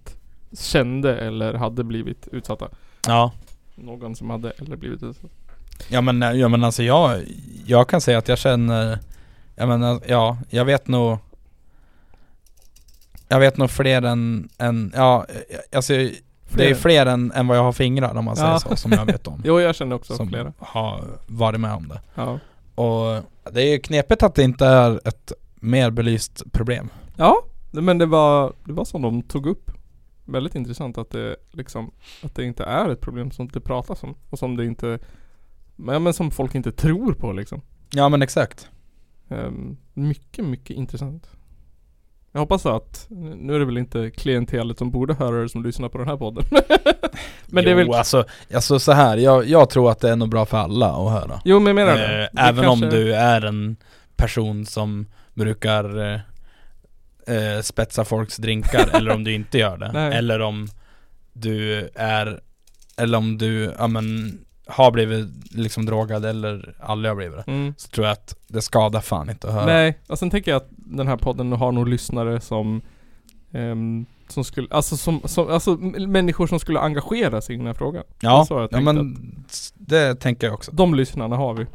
C: kände eller hade blivit utsatta.
D: Ja.
C: Någon som hade eller blivit utsatt.
D: Ja men, eh, ja, men alltså jag, jag kan säga att jag känner, jag menar, ja, jag vet nog Jag vet nog fler än, än ja, eh, alltså det är fler än, än vad jag har fingrar om man säger
C: Ja.
D: så, som jag vet om.
C: Jo, jag känner också
D: som
C: flera.
D: har varit med om det.
C: Ja.
D: Och det är ju knepigt att det inte är ett mer belyst problem.
C: Ja, men det var, det var som de tog upp. Väldigt intressant att det liksom, att det inte är ett problem som det pratas om. Och som det inte, men, men som folk inte tror på liksom.
D: Ja men exakt.
C: Ehm, mycket, mycket intressant. Jag hoppas att, nu är det väl inte klientelet som borde höra det som lyssnar på den här podden. men det är
D: Jo,
C: väl,
D: alltså, alltså så här, jag, jag tror att det är nog bra för alla att höra.
C: jo men jag menar det.
D: Eh,
C: Det
D: även
C: kanske-
D: om du är en person som brukar eh, eh, spetsa folks drinkar eller om du inte gör det.
C: Nej.
D: Eller om du är, eller om du, ja men har blivit liksom drogad eller aldrig har blivit det.
C: Mm.
D: Så tror jag att det skadar fan inte att höra.
C: Nej, och sen tänker jag att den här podden har nog lyssnare som ehm, som skulle, alltså som, som, alltså m- människor som skulle engagera sig i den här frågan. Det är
D: ja,
C: så jag
D: ja
C: tänkte
D: men s- det tänker jag också.
C: De lyssnarna har vi.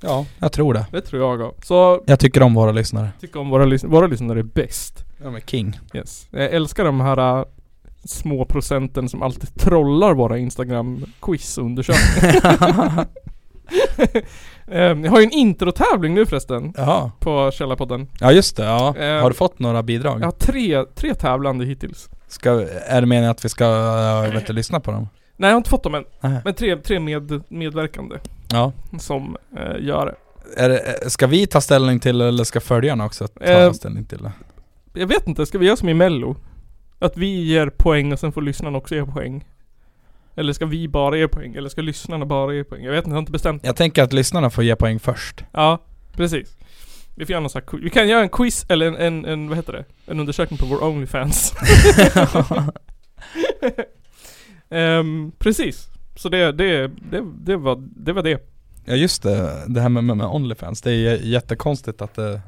D: Ja, jag tror det.
C: Det tror jag av. Så,
D: Jag tycker om våra lyssnare.
C: tycker om våra, lys- våra lyssnare är bäst.
D: De är king.
C: Yes. Jag älskar de här äh, små procenten som alltid trollar våra Instagram-quiz och undersökningar. Ehm, jag har ju en introtävling nu förresten.
D: Jaha.
C: På Källarpodden.
D: Ja just det, ja.
C: Eh,
D: Har du fått några
C: Jag har
D: bidrag?
C: tre, tre tävlande hittills.
D: Ska, är det meningen att vi ska, äh, vet du, lyssna på dem?
C: Nej jag har inte fått dem än.
D: Nej.
C: Men tre, tre med, medverkande
D: Ja.
C: som eh, gör det.
D: Är det, ska vi ta ställning till det, eller ska följarna också ta
C: Eh,
D: ställning till det?
C: Jag vet inte, ska vi göra som i mello? Att vi ger poäng och sen får lyssnarna också ge poäng? Eller ska vi bara ge poäng? Eller ska lyssnarna bara ge poäng? Jag vet inte, jag har inte bestämt.
D: Jag tänker att lyssnarna får ge poäng först.
C: Ja, precis. Vi får göra någon sån här, quiz. vi kan göra en quiz eller en, en, en, vad heter det? En undersökning på vår Onlyfans. Ehm, precis. Så det, det, det, det, var, det var det.
D: Ja just det, det här med, med, med Onlyfans, det är j- jättekonstigt att det,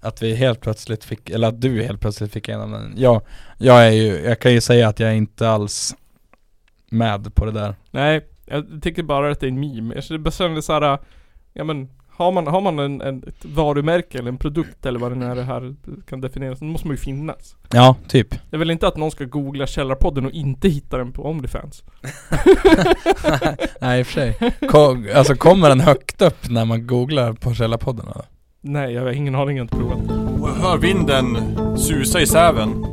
D: att vi helt plötsligt fick, eller att du helt plötsligt fick igenom den. Jag, jag är ju, jag kan ju säga att jag är inte alls med på det där.
C: Nej, jag tycker bara att det är en meme. Jag känner- känner så här, ja men har man, har man en, en, ett varumärke eller en produkt eller vad det nu är det här kan definieras, då måste man ju finnas.
D: Ja, typ.
C: Jag vill inte att någon ska googla Källarpodden och inte hitta den på Onlyfans.
D: Nej i och för sig. Ko- alltså kommer den högt upp när man googlar på Källarpodden eller?
C: Nej, jag har ingen aning, jag har inte provat.
J: Hör vinden susa i säven.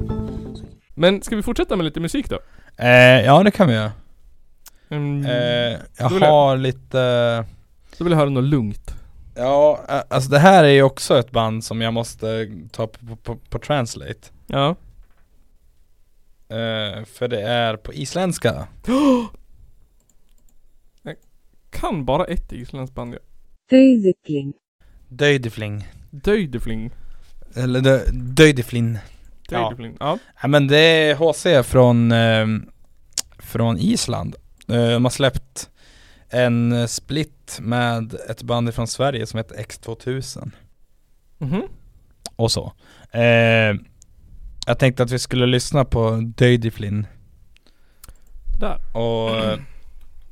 C: Men ska vi fortsätta med lite musik då?
D: Eh, ja det kan vi göra.
C: Mm,
D: Eh, jag
C: Då vill jag-
D: har lite
C: Så vill jag höra något lugnt.
D: Ja, eh, alltså det här är ju också ett band som jag måste ta på, på, på, på translate
C: Ja.
D: eh, För det är på isländska
C: Kan bara ett isländskt band ja.
B: Töysikling.
D: Döjdifling
C: Döjdefling.
D: Eller dö, Döjdiflin
C: Döjdefling. Ja.
D: Ja men det är HC från, eh, från Island eh, De har släppt en eh, split med ett band från Sverige som heter X2000
C: Mhm.
D: och så. Eh, jag tänkte att vi skulle lyssna på Döjdiflin
C: Där.
D: och eh,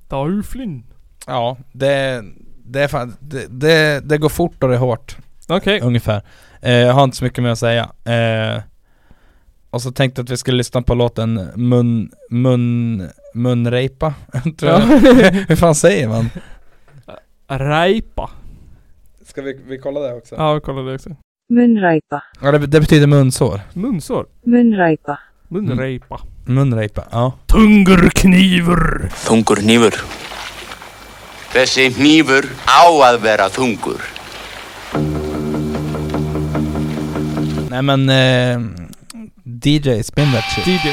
C: Dauflin.
D: ja, det, Det, är fan, det, det, det går fort och det är hårt.
C: Okej.
D: Ungefär. Eh, jag har inte så mycket mer att säga. Eh, och så tänkte jag att vi skulle lyssna på låten Mun... Mun... Munreipa? Tror jag.
C: Ja.
D: Hur fan säger man?
C: Raipa.
D: Ska vi, vi kolla det också?
C: Ja, vi kollar det också.
K: Munreipa.
D: Ja, det, det betyder munsår.
C: Munsår.
K: Munreipa.
D: Mm.
C: Munreipa.
D: Munreipa, ja.
C: Tungurkniver.
L: Þungur hnífur. Þessi hnífur á að vera þungur.
D: Nej men... Eh, DJ, spin that shit.
C: DJ.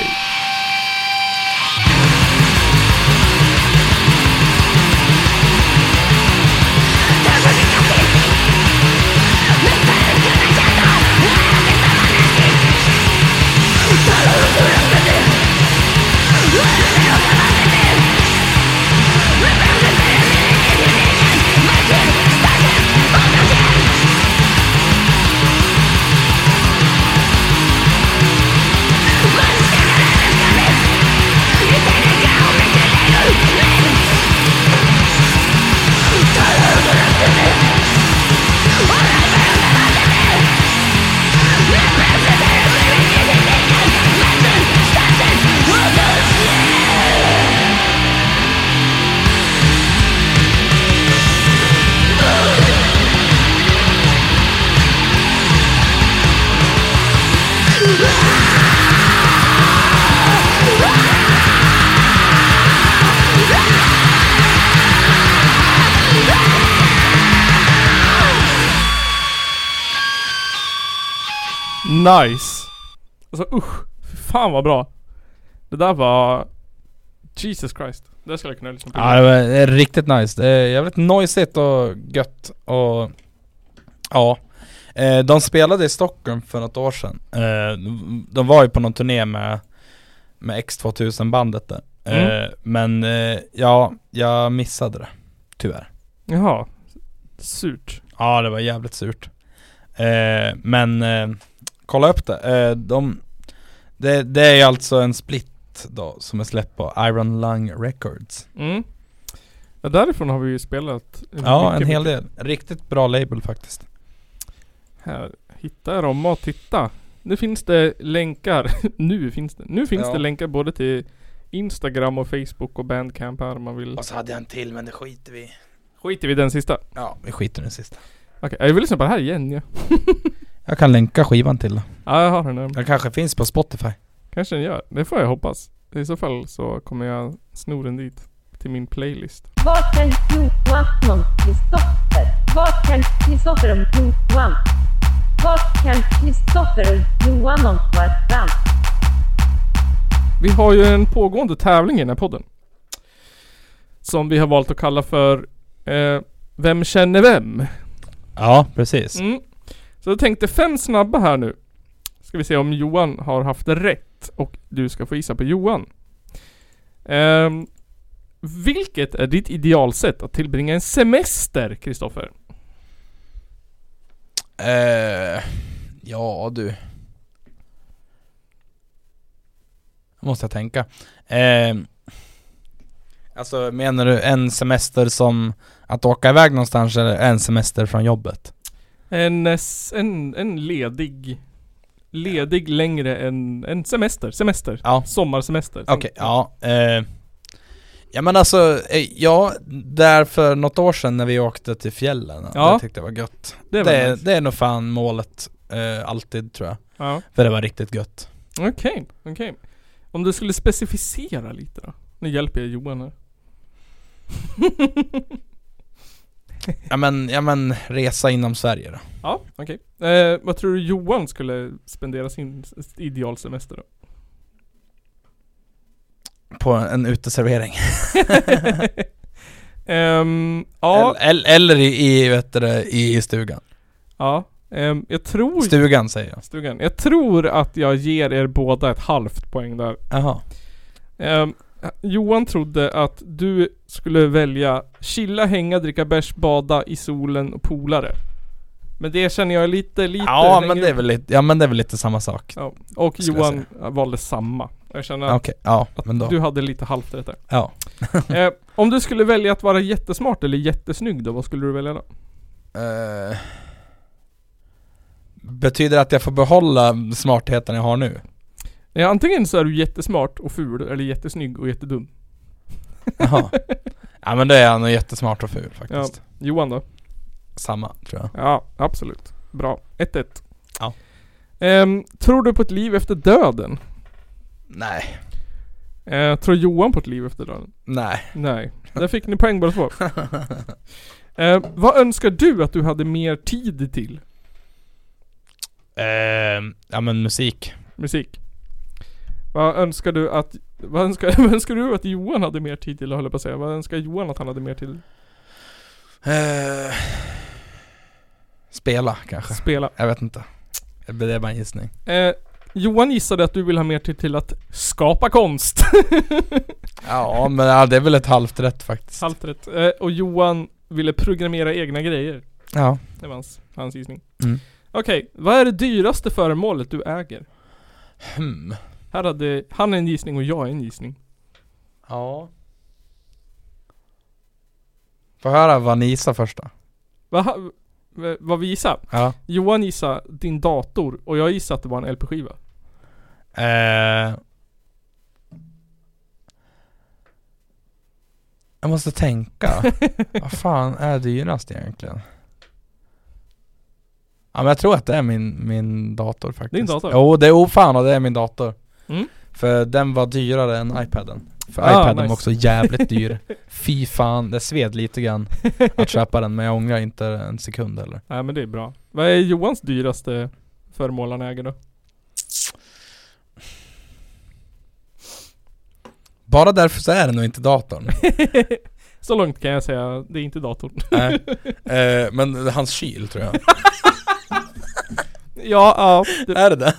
C: Nice. Alltså usch. Fy fan vad bra. Det där var... Jesus Christ. Det där skulle jag kunna lyssna på.
D: Ja det var det är riktigt nice. Det är jävligt noisigt och gött och ja. Eh, De spelade i Stockholm för något år sedan. Eh, De var ju på någon turné med, med X2000 bandet där. Eh,
C: Mm.
D: Men eh, ja, jag missade det. Tyvärr.
C: Jaha. Surt.
D: Ja det var jävligt surt. Eh, Men eh, kolla upp det. Eh, De, det. Det är ju alltså en split då som är släppt på Iron Lung Records.
C: Mm. Ja, därifrån har vi ju spelat
D: Ja,
C: mycket,
D: en hel
C: mycket.
D: del. Riktigt bra label faktiskt.
C: Här. Hitta er om och titta. Nu finns det länkar. nu finns det. Nu finns
D: Ja.
C: det länkar både till Instagram och Facebook och Bandcamp här om man vill.
D: Och så hade jag en till men det skiter vi
C: Skiter vi i den sista?
D: Ja, vi skiter i den sista.
C: Okej, jag vill lyssna på det här igen ja.
D: Jag kan länka skivan till den.
C: Ja, jag har den där.
D: Den kanske finns på Spotify.
C: Kanske den gör. Det får jag hoppas. I så fall så kommer jag sno den dit. Till min playlist.
M: Vad kan Johansson Kristoffer? Vad kan Kristoffer om Johan? Vad kan Kristoffer och Johan om varann?
C: Vi har ju en pågående tävling i den här podden. Som vi har valt att kalla för eh, Vem känner vem?
D: Ja, precis.
C: Mm. Så jag tänkte fem snabba här nu. Ska vi se om Johan har haft rätt och du ska få gissa på Johan. Ehm, vilket är ditt idealsätt att tillbringa en semester, Kristoffer?
D: Eh, ja du. Måste jag tänka. Eh, alltså menar du en semester som att åka iväg någonstans eller en semester från jobbet?
C: En, eh, s- en, en ledig... Ledig längre än en semester. Semester. Sommarsemester.
D: Okej, ja. Eh, ja men alltså, eh, ja, där för något år sedan när vi åkte till fjällen,
C: Ja.
D: det tyckte jag var gött.
C: Det
D: Det,
C: var
D: det,
C: nice.
D: är nog fan målet, eh, alltid tror jag.
C: Ja.
D: För det var riktigt gött.
C: Okej, okej. Om du skulle specificera lite då? Nu hjälper jag Johan här.
D: Ja men, ja men resa inom Sverige då.
C: Ja, okej. Eh, vad tror du Johan skulle spendera sin s- idealsemester då?
D: På en uteservering.
C: Ehm, ja,
D: Eller, eller i, i, vet du, det, i stugan.
C: ja. ehm, jag tror...
D: Stugan säger jag.
C: Stugan. Jag tror att jag ger er båda ett halvt poäng där.
D: Jaha.
C: Ehm, Johan trodde att du skulle välja chilla, hänga, dricka bärs, bada i solen och polare. Men det känner jag är lite, lite
D: Ja men,
C: längre
D: det är väl lite, ja men det är väl lite samma sak.
C: Ja, och
D: Skulle jag
C: Johan valde samma. Jag känner att,
D: Okej, ja men då.
C: du hade lite halvt rätt där.
D: Ja.
C: eh, om du skulle välja att vara jättesmart eller jättesnygg då, vad skulle du välja då?
D: Eh, betyder det att jag får behålla smartheten jag har nu?
C: Nej, Ehm, antingen så är du jättesmart och ful, eller jättesnygg och jättedum.
D: Jaha. ja men då är jag nog jättesmart och ful
C: Ja.
D: faktiskt.
C: Johan då?
D: Samma tror jag.
C: Ja, absolut. Bra. 1-1.
D: Ja.
C: Ehm, tror du på ett liv efter döden?
D: Nej.
C: Eh, tror Johan på ett liv efter döden?
D: Nej.
C: Nej. Där fick ni poäng båda två. Ehm, vad önskar du att du hade mer tid till?
D: Eh, ja men musik.
C: Musik. Vad önskar du att... Vad önskar, vad önskar du att Johan hade mer tid till, höll jag på att säga. Vad önskar Johan att han hade mer till?
D: Eh, spela kanske.
C: Spela.
D: Jag vet inte. Det är bara en gissning.
C: Eh, Johan gissade att du vill ha mer tid till att skapa konst.
D: Ja men ja, det är väl ett halvt rätt faktiskt.
C: Halvt rätt. Eh, och Johan ville programmera egna grejer.
D: Ja.
C: Det var hans, hans gissning.
D: Mm.
C: Okej, vad är det dyraste föremålet du äger?
D: Hmm.
C: Här hade han en gissning och jag en gissning.
D: Ja. Får höra vad ni gissar först då.
C: Vad, ha- v- vad vi gissar?
D: Ja.
C: Johan gissar din dator och jag gissar att det var en LP-skiva.
D: Eh, jag måste tänka. Vad fan är dyrast egentligen? Ja men jag tror att det är min, min dator faktiskt.
C: Din dator?
D: Jo det är oh, fan och det är min dator.
C: Mm.
D: För den var dyrare än iPaden. För
C: Ah,
D: iPaden
C: nice.
D: var också jävligt dyr. Fy fan, det sved lite grann att köpa den men jag ångrar inte en sekund heller.
C: Nej men det är bra. Vad är Johans dyraste föremål han äger då?
D: Bara därför så är det nog inte datorn.
C: Så långt kan jag säga, det är inte datorn.
D: Nej. Eh, men hans kyl tror jag.
C: Ja, ja.
D: Är det det?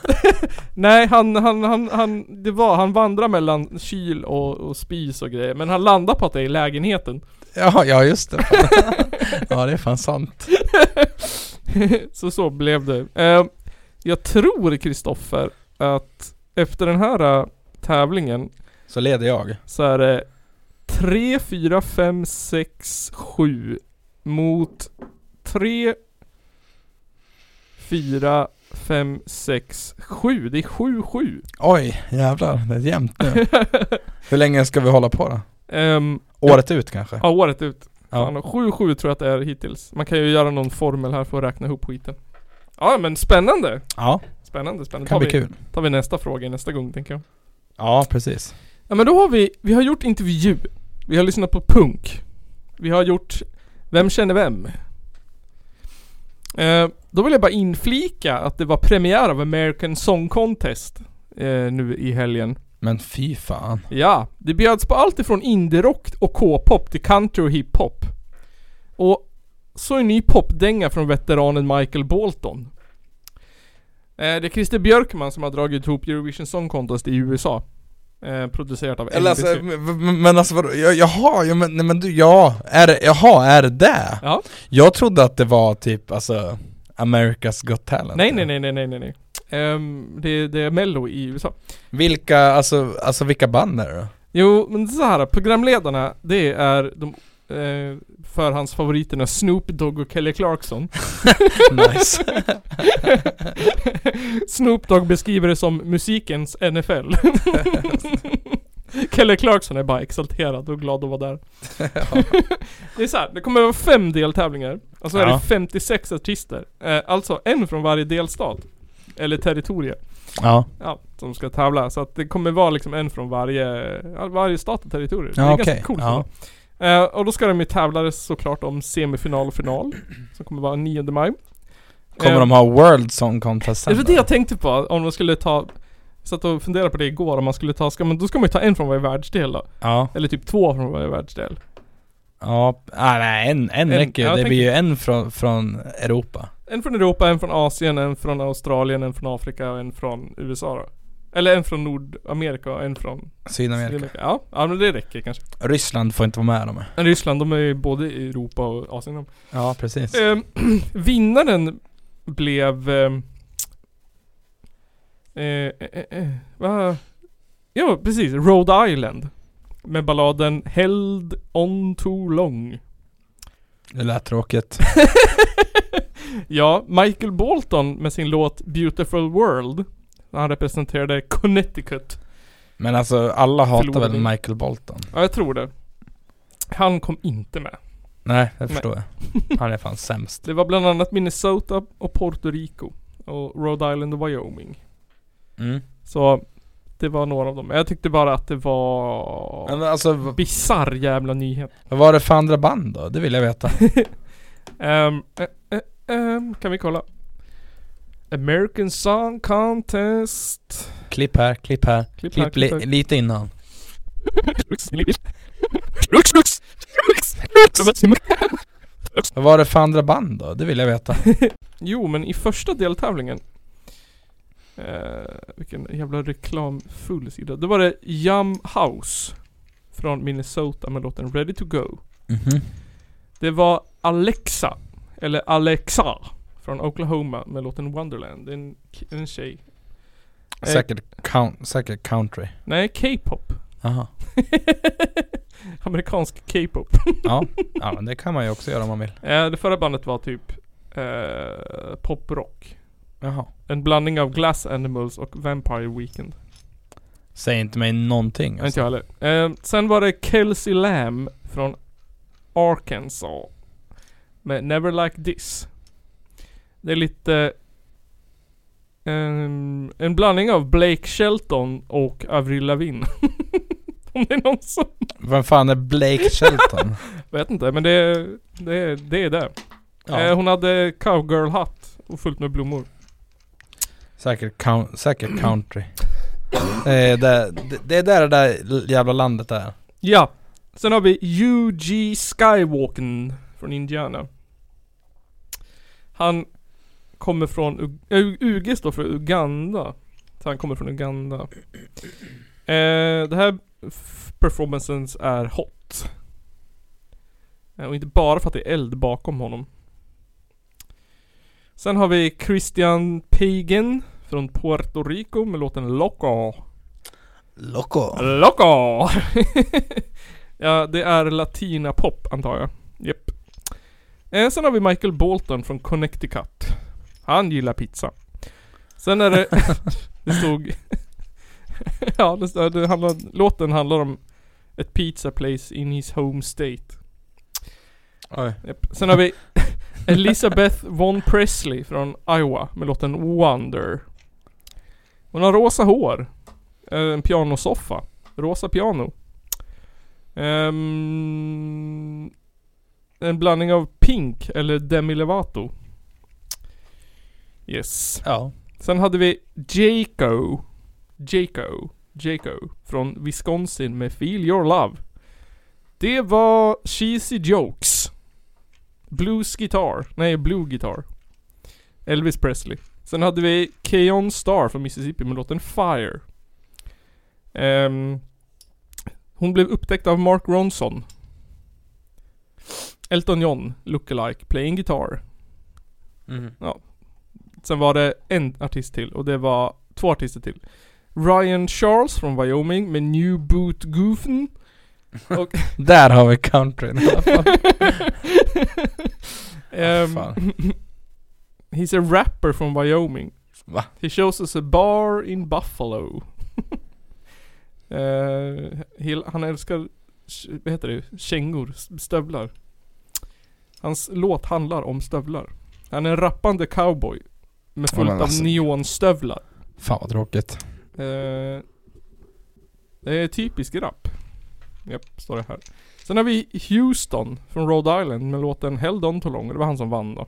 C: Nej, han, han, han, han, det var, han vandrar mellan kyl och, och spis och grejer. Men han landar på att det är i lägenheten.
D: Ja, ja just det. ja det är fan sant.
C: så så blev det. Eh, jag tror Kristoffer att efter den här eh, tävlingen
D: Så leder jag.
C: så är det 3, 4, 5, 6, 7 mot 3, 4, 5, 6, 7. Det är 7, 7.
D: Oj, jävlar. Det är jämnt nu. Hur länge ska vi hålla på då?
C: Ehm,
D: Året ut kanske?
C: Ja, året ut.
D: Ja.
C: Fan, 7-7 tror jag att det är hittills. Man kan ju göra någon formel här för att räkna ihop skiten. Ja, men spännande!
D: Ja.
C: Spännande, spännande.
D: Kan
C: tar
D: bli
C: vi,
D: kul.
C: tar vi nästa fråga nästa gång, tänker jag.
D: Ja, precis.
C: Ja, men då har vi, vi har gjort intervju. Vi har lyssnat på punk. Vi har gjort Vem känner vem? Eh, då vill jag bara inflika att det var premiär av American Song Contest eh, nu i helgen.
D: Men fy fan.
C: Ja, det bjöds på allt ifrån indie-rock och K-pop till country och hiphop. Och så en ny popdänga från veteranen Michael Bolton. Eh, Det är Christer Björkman som har dragit ihop Eurovision Song Contest i USA. Eh, producerat av
D: Eller alltså,
C: NBC.
D: men, men alltså vadå? Ja, Jaha, ja, men, nej, men du, ja. Är det, jaha, är det det?
C: Ja.
D: Jag trodde att det var typ alltså America's Got Talent.
C: Nej, nej, nej, nej, nej, nej, nej. Ehm, det, det är Mello i USA.
D: Vilka, alltså, alltså vilka band är det då?
C: Jo, men så här, programledarna, det är de eh, förhandsfavoriterna Snoop Dogg och Kelly Clarkson.
D: Nice.
C: Snoop Dogg beskriver det som musikens NFL. Kelly Clarkson är bara exalterad och glad att vara där. det är så här, det kommer att vara fem deltävlingar. Alltså är
D: Ja.
C: det 56 artister. Eh, alltså en från varje delstat. Eller territorium.
D: Ja.
C: Ja, som ska tävla. Så att det kommer vara liksom en från varje, ja, varje stat och territorium.
D: Ja,
C: det är
D: okej.
C: ganska coolt.
D: Ja.
C: Eh, och då ska de ju tävla såklart om semifinal och final. Som kommer vara 9 maj.
D: Kommer
C: Eh,
D: de ha World Song Contest
C: det
D: sen?
C: var det jag tänkte på, om de skulle ta Satt och funderade på det igår om man skulle ta, ska man, då ska man ju ta en från varje världsdel då.
D: Ja.
C: Eller typ två från varje världsdel.
D: Ja, ah, nej en, en,
C: En-
D: räcker ju.
C: ja,
D: Det
C: jag
D: blir ju en från, från Europa.
C: En från Europa, en från Asien, en från Australien, en från Afrika och en från USA då. Eller en från Nordamerika och en från
D: Sydamerika.
C: Ja, ja men det räcker kanske.
D: Ryssland får inte vara med dem.
C: Men Ryssland, de är ju både i Europa och Asien. de.
D: Ja, precis.
C: Ehm, vinnaren blev... ehm, eh, eh, eh, eh, va? Ja, precis. Rhode Island. Med balladen Held on too long.
D: Det lät tråkigt.
C: Ja, Michael Bolton med sin låt Beautiful World. Han representerade Connecticut.
D: Men alltså alla hatar
C: Förlorade.
D: väl Michael Bolton?
C: Ja, jag tror det. Han kom inte med.
D: Nej, det
C: Nej.
D: förstår jag. Han är fan sämst.
C: Det var bland annat Minnesota och Puerto Rico. Och Rhode Island och Wyoming.
D: Mm.
C: Så det var några av dem. Jag tyckte bara att det var...
D: Men alltså...
C: Bisarr jävla nyhet.
D: Vad var det för andra band då? Det vill jag veta.
C: Ehm, eh, eh, ehm, kan vi kolla? American Song Contest.
D: klipp här, klipp här.
C: Klipp
D: Klipp,
C: här, klipp
D: li-
C: här.
D: lite innan. Vad var det för andra band då? Det vill jag veta.
C: Jo, men i första deltävlingen. Eh, vilken jävla reklamfull sida. Då var det Yum House. Från Minnesota med låten Ready to Go.
D: Mhm.
C: Det var Alexa. Eller Alexa. Från Oklahoma med låten Wonderland. Det är en, k- en tjej. Eh,
D: Säkert, count, säkert country.
C: Nej, K-pop.
D: Jaha.
C: Amerikansk K-pop.
D: Ja. ja, men det kan man ju också göra om man vill.
C: Eh, det förra bandet var typ eh, poprock.
D: Jaha.
C: En blandning av Glass Animals och Vampire Weekend.
D: Säg inte mig någonting.
C: Inte jag heller. Eh, sen var det Kelsey Lam från Arkansas. Med Never Like This. Det är lite... ehm, en blandning av Blake Shelton och Avril Lavigne. Om det är någon som...
D: Vem fan är Blake Shelton?
C: Vet inte, men det, det, det är det.
D: Ja.
C: Eh, hon hade cowgirl-hatt och fullt med blommor.
D: Säkert, coun- säkert country. Det är, där, det- det är där det där jävla landet är.
C: Ja. Sen har vi UG Skywalken från Indiana. Han kommer från... Ug- eh, U- UG står för Uganda. Så han kommer från Uganda. Eh, det här f- performancen är hot. Eh, och inte bara för att det är eld bakom honom. Sen har vi Christian Pagan från Puerto Rico med låten Loco.
D: Loco.
C: Loco! ja, det är latina pop antar jag. Japp. Eh, sen har vi Michael Bolton från Connecticut. Han gillar pizza. Sen är det... det stod... ja, det, stod, det handlar, låten handlar om ett pizza place in his home state.
D: Oj.
C: Japp. Sen har vi Elizabeth Von Presley från Iowa med låten Wonder. Hon har rosa hår. Eh, En pianosoffa. Rosa piano. Ehm, en blandning av Pink eller Demi Lovato. Yes.
D: Ja.
C: Sen hade vi Jaco. Jaco. Jaco. Från Wisconsin med Feel Your Love. Det var Cheesy Jokes. Blues Guitar. Nej, Blue Guitar. Elvis Presley. Sen hade vi Keon Star från Mississippi med låten Fire. Ehm, hon blev upptäckt av Mark Ronson. Elton John, lookalike, playing guitar.
D: Mhm.
C: Ja. Sen var det en artist till och det var två artister till. Ryan Charles från Wyoming med New Boot Goofen. Och
D: Där har vi countryn i alla fall.
C: Um, he's a rapper from Wyoming.
D: Va?
C: He shows us a bar in Buffalo. Eh, he, han älskar, sh- vad heter det, kängor, s- stövlar. Hans låt handlar om stövlar. Han är en rappande cowboy. Med
D: Ja,
C: fullt
D: men
C: av
D: alltså.
C: neonstövlar.
D: Fan vad tråkigt.
C: Eh, det är typisk rap. Japp, står det här. Sen har vi Houston från Rhode Island med låten Held On Too Long. Det var han som vann då.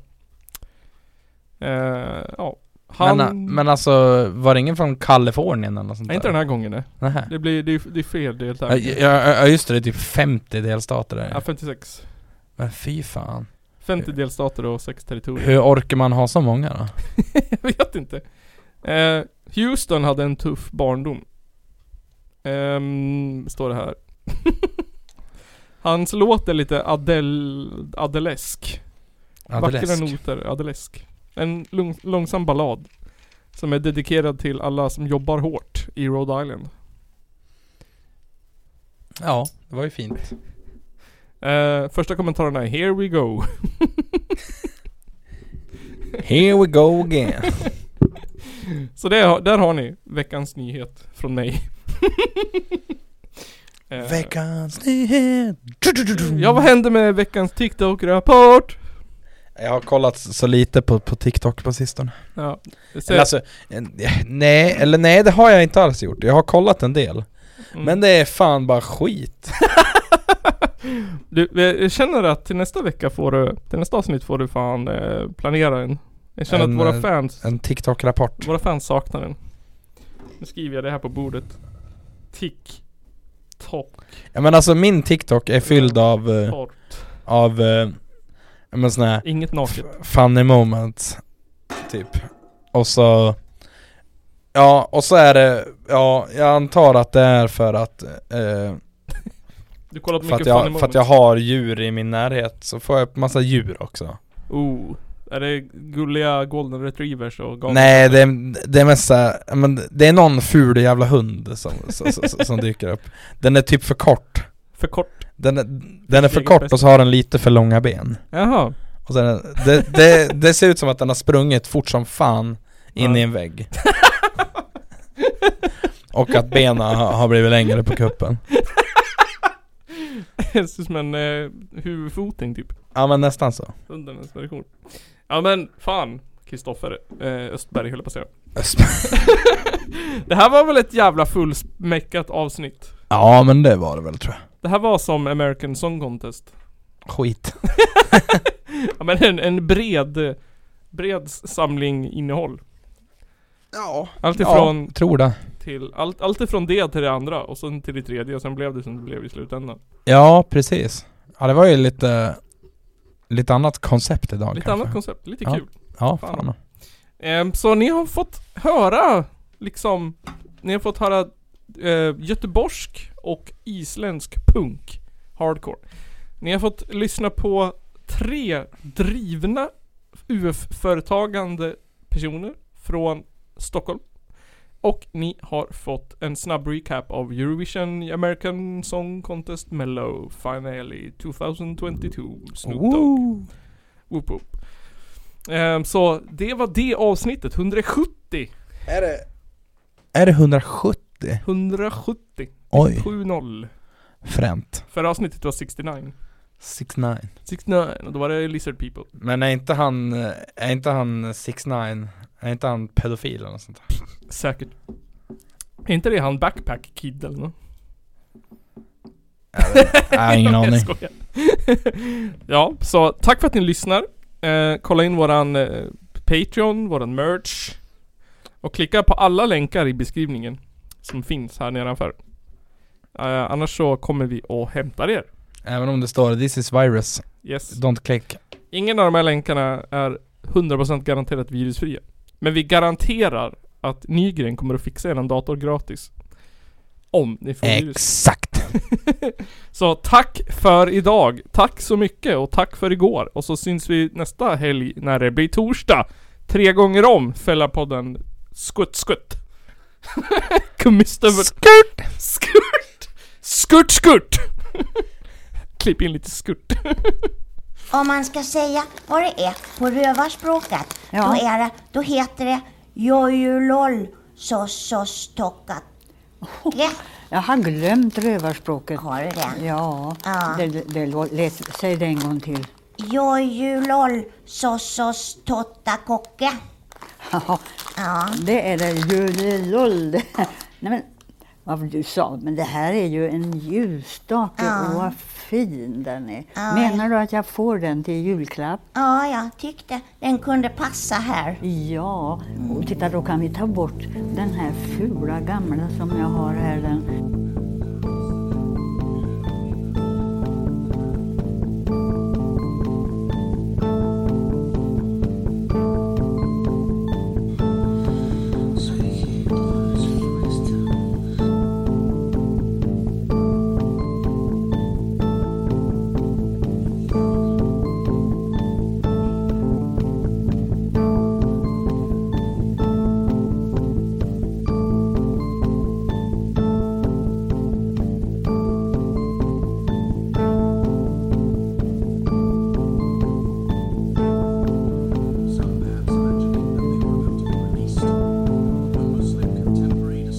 C: Eh, ja. Han...
D: Men, men alltså, var det ingen från Kalifornien eller något sånt
C: nej, inte den här gången nej.
D: Nähä.
C: Det blir, det är, det är fel del
D: Ja,
C: där.
D: ja, ja, just det, det är typ 50 delstater där.
C: Ja, 56.
D: Men fy fan.
C: 50 delstater och 6 territorier.
D: Hur orkar man ha så många då?
C: Jag vet inte. Eh, Houston hade en tuff barndom. Ehm, står det här. Hans låt är lite Adele, Adelesk.
D: Adelesk.
C: Vackra noter, Adelesk. En lung, långsam ballad. Som är dedikerad till alla som jobbar hårt i Rhode Island.
D: Ja, det var ju fint.
C: Eh, första kommentaren är Here we go.
D: Here we go again.
C: Så det, har- där har ni veckans nyhet från mig. Eh,
D: Veckans nyhet.
C: Ja, vad hände med veckans TikTok-rapport?
D: Jag har kollat så lite på, på TikTok på sistone.
C: Ja, det ser-
D: Eller alltså, en- nej, eller nej det har jag inte alls gjort. Jag har kollat en del.
C: Mm.
D: Men det är fan bara skit.
C: Du, jag känner att till nästa vecka får du, till nästa avsnitt får du fan eh, planera en. Jag känner
D: En,
C: att våra
D: eh,
C: fans,
D: En TikTok-rapport.
C: våra fans saknar den. Nu skriver jag det här på bordet. Tick. Topp.
D: Ja men alltså min TikTok är fylld av... eh,
C: Torrt.
D: Av... eh, ja, men sån här...
C: Inget naket.
D: f- Funny moments. Typ. Och så... Ja, och så är det... Ja, jag antar att det är för att... eh,
C: Du kollar på
D: för att,
C: mycket funny
D: jag, för att jag
C: moments.
D: har djur i min närhet så får jag massa djur också.
C: Oh. Är det gulliga golden retrievers och galna
D: Nej, det, är- det är mest så här, ja, men det är någon ful jävla hund som, som, som, som dyker upp. Den är typ för kort.
C: För kort?
D: Den är, den är för
C: eget
D: kort
C: bästa.
D: och så har den lite för långa ben.
C: Jaha.
D: Och sen, är- det, det, det ser ut som att den har sprungit fort som fan in
C: Ja.
D: i en vägg. och att benen har, har blivit längre på kuppen.
C: Det ser ut som en eh, huvudfoting typ.
D: Ja men nästan så.
C: Hundarnas version. Ja men fan. Kristoffer eh, Östberg höll jag på att säga. det här var väl ett jävla fullsmäckat avsnitt.
D: Ja men det var det väl tror jag.
C: Det här var som American Song Contest.
D: Skit.
C: Ja men en, en bred, eh, bred samling innehåll.
D: Ja.
C: Allt
D: Ja,
C: ifrån
D: tror det.
C: till, allt, allt ifrån det till det andra och sen till det tredje och sen blev det som det blev i slutändan.
D: Ja precis. Ja det var ju lite, lite annat koncept idag
C: Lite
D: kanske.
C: annat koncept, lite
D: ja.
C: kul.
D: Ja,
C: Fan.
D: fan.
C: Ehm, så ni har fått höra liksom, ni har fått höra eh, göteborgsk och isländsk punk, hardcore. Ni har fått lyssna på tre drivna UF-företagande personer från Stockholm. Och ni har fått en snabb recap av Eurovision American Song Contest Mellow Finale 2022 Snoop Dogg.
D: Woo.
C: Whoop, whoop. Ehm, så det var det avsnittet, 170.
D: Är det? Är det 170?
C: 170.
D: Oj.
C: 70.
D: Fränt.
C: Förra avsnittet var 69.
D: 69.
C: 69, och då var det Lizard People.
D: Men är inte han, eh, är inte han 69 Är inte han pedofil eller något sånt där?
C: Säkert. Är inte det han Backpack Kid eller nåt?
D: Jag har ingen
C: Jag
D: aning.
C: skojar. ja, så tack för att ni lyssnar. Eh, kolla in våran eh, Patreon, våran merch. Och klicka på alla länkar i beskrivningen som finns här nedanför. Eh, annars så kommer vi och hämtar er.
D: Även om det står 'This is virus'
C: Yes.
D: Don't click
C: Ingen av de här länkarna är 100% garanterat virusfria. Men vi garanterar att Nygren kommer att fixa er dator gratis. Om ni får virus.
D: Exakt!
C: så tack för idag. Tack så mycket och tack för igår. Och så syns vi nästa helg när det blir torsdag. Tre gånger om Fällapodden Skutt Skutt. Gummistövel. Skurt! Skurt! Skurt Skurt! Klipp in lite skurt.
K: Om man ska säga vad det är på rövarspråket, då, är det, då heter det jojolol sossostockat.
N: Jag har glömt rövarspråket.
K: Har du det?
N: Ja.
K: Ja.
N: Det, det lå- lät, säg det en gång till.
K: Jojolol sossostottakocke.
N: Ja. Det är det julilull. Det- Nej men, vad du sa, men det här är ju en ljusstake
K: Ja.
N: och vad fin den är.
K: Ja,
N: Menar du att jag får den till julklapp?
K: Ja, jag tyckte den kunde passa här.
N: Ja, och titta då kan vi ta bort den här fula gamla som jag har här. Den.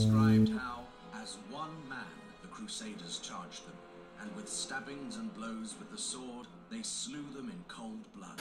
O: As one man, the Crusaders charged them, and with stabbings and blows with the sword, they slew them in cold blood.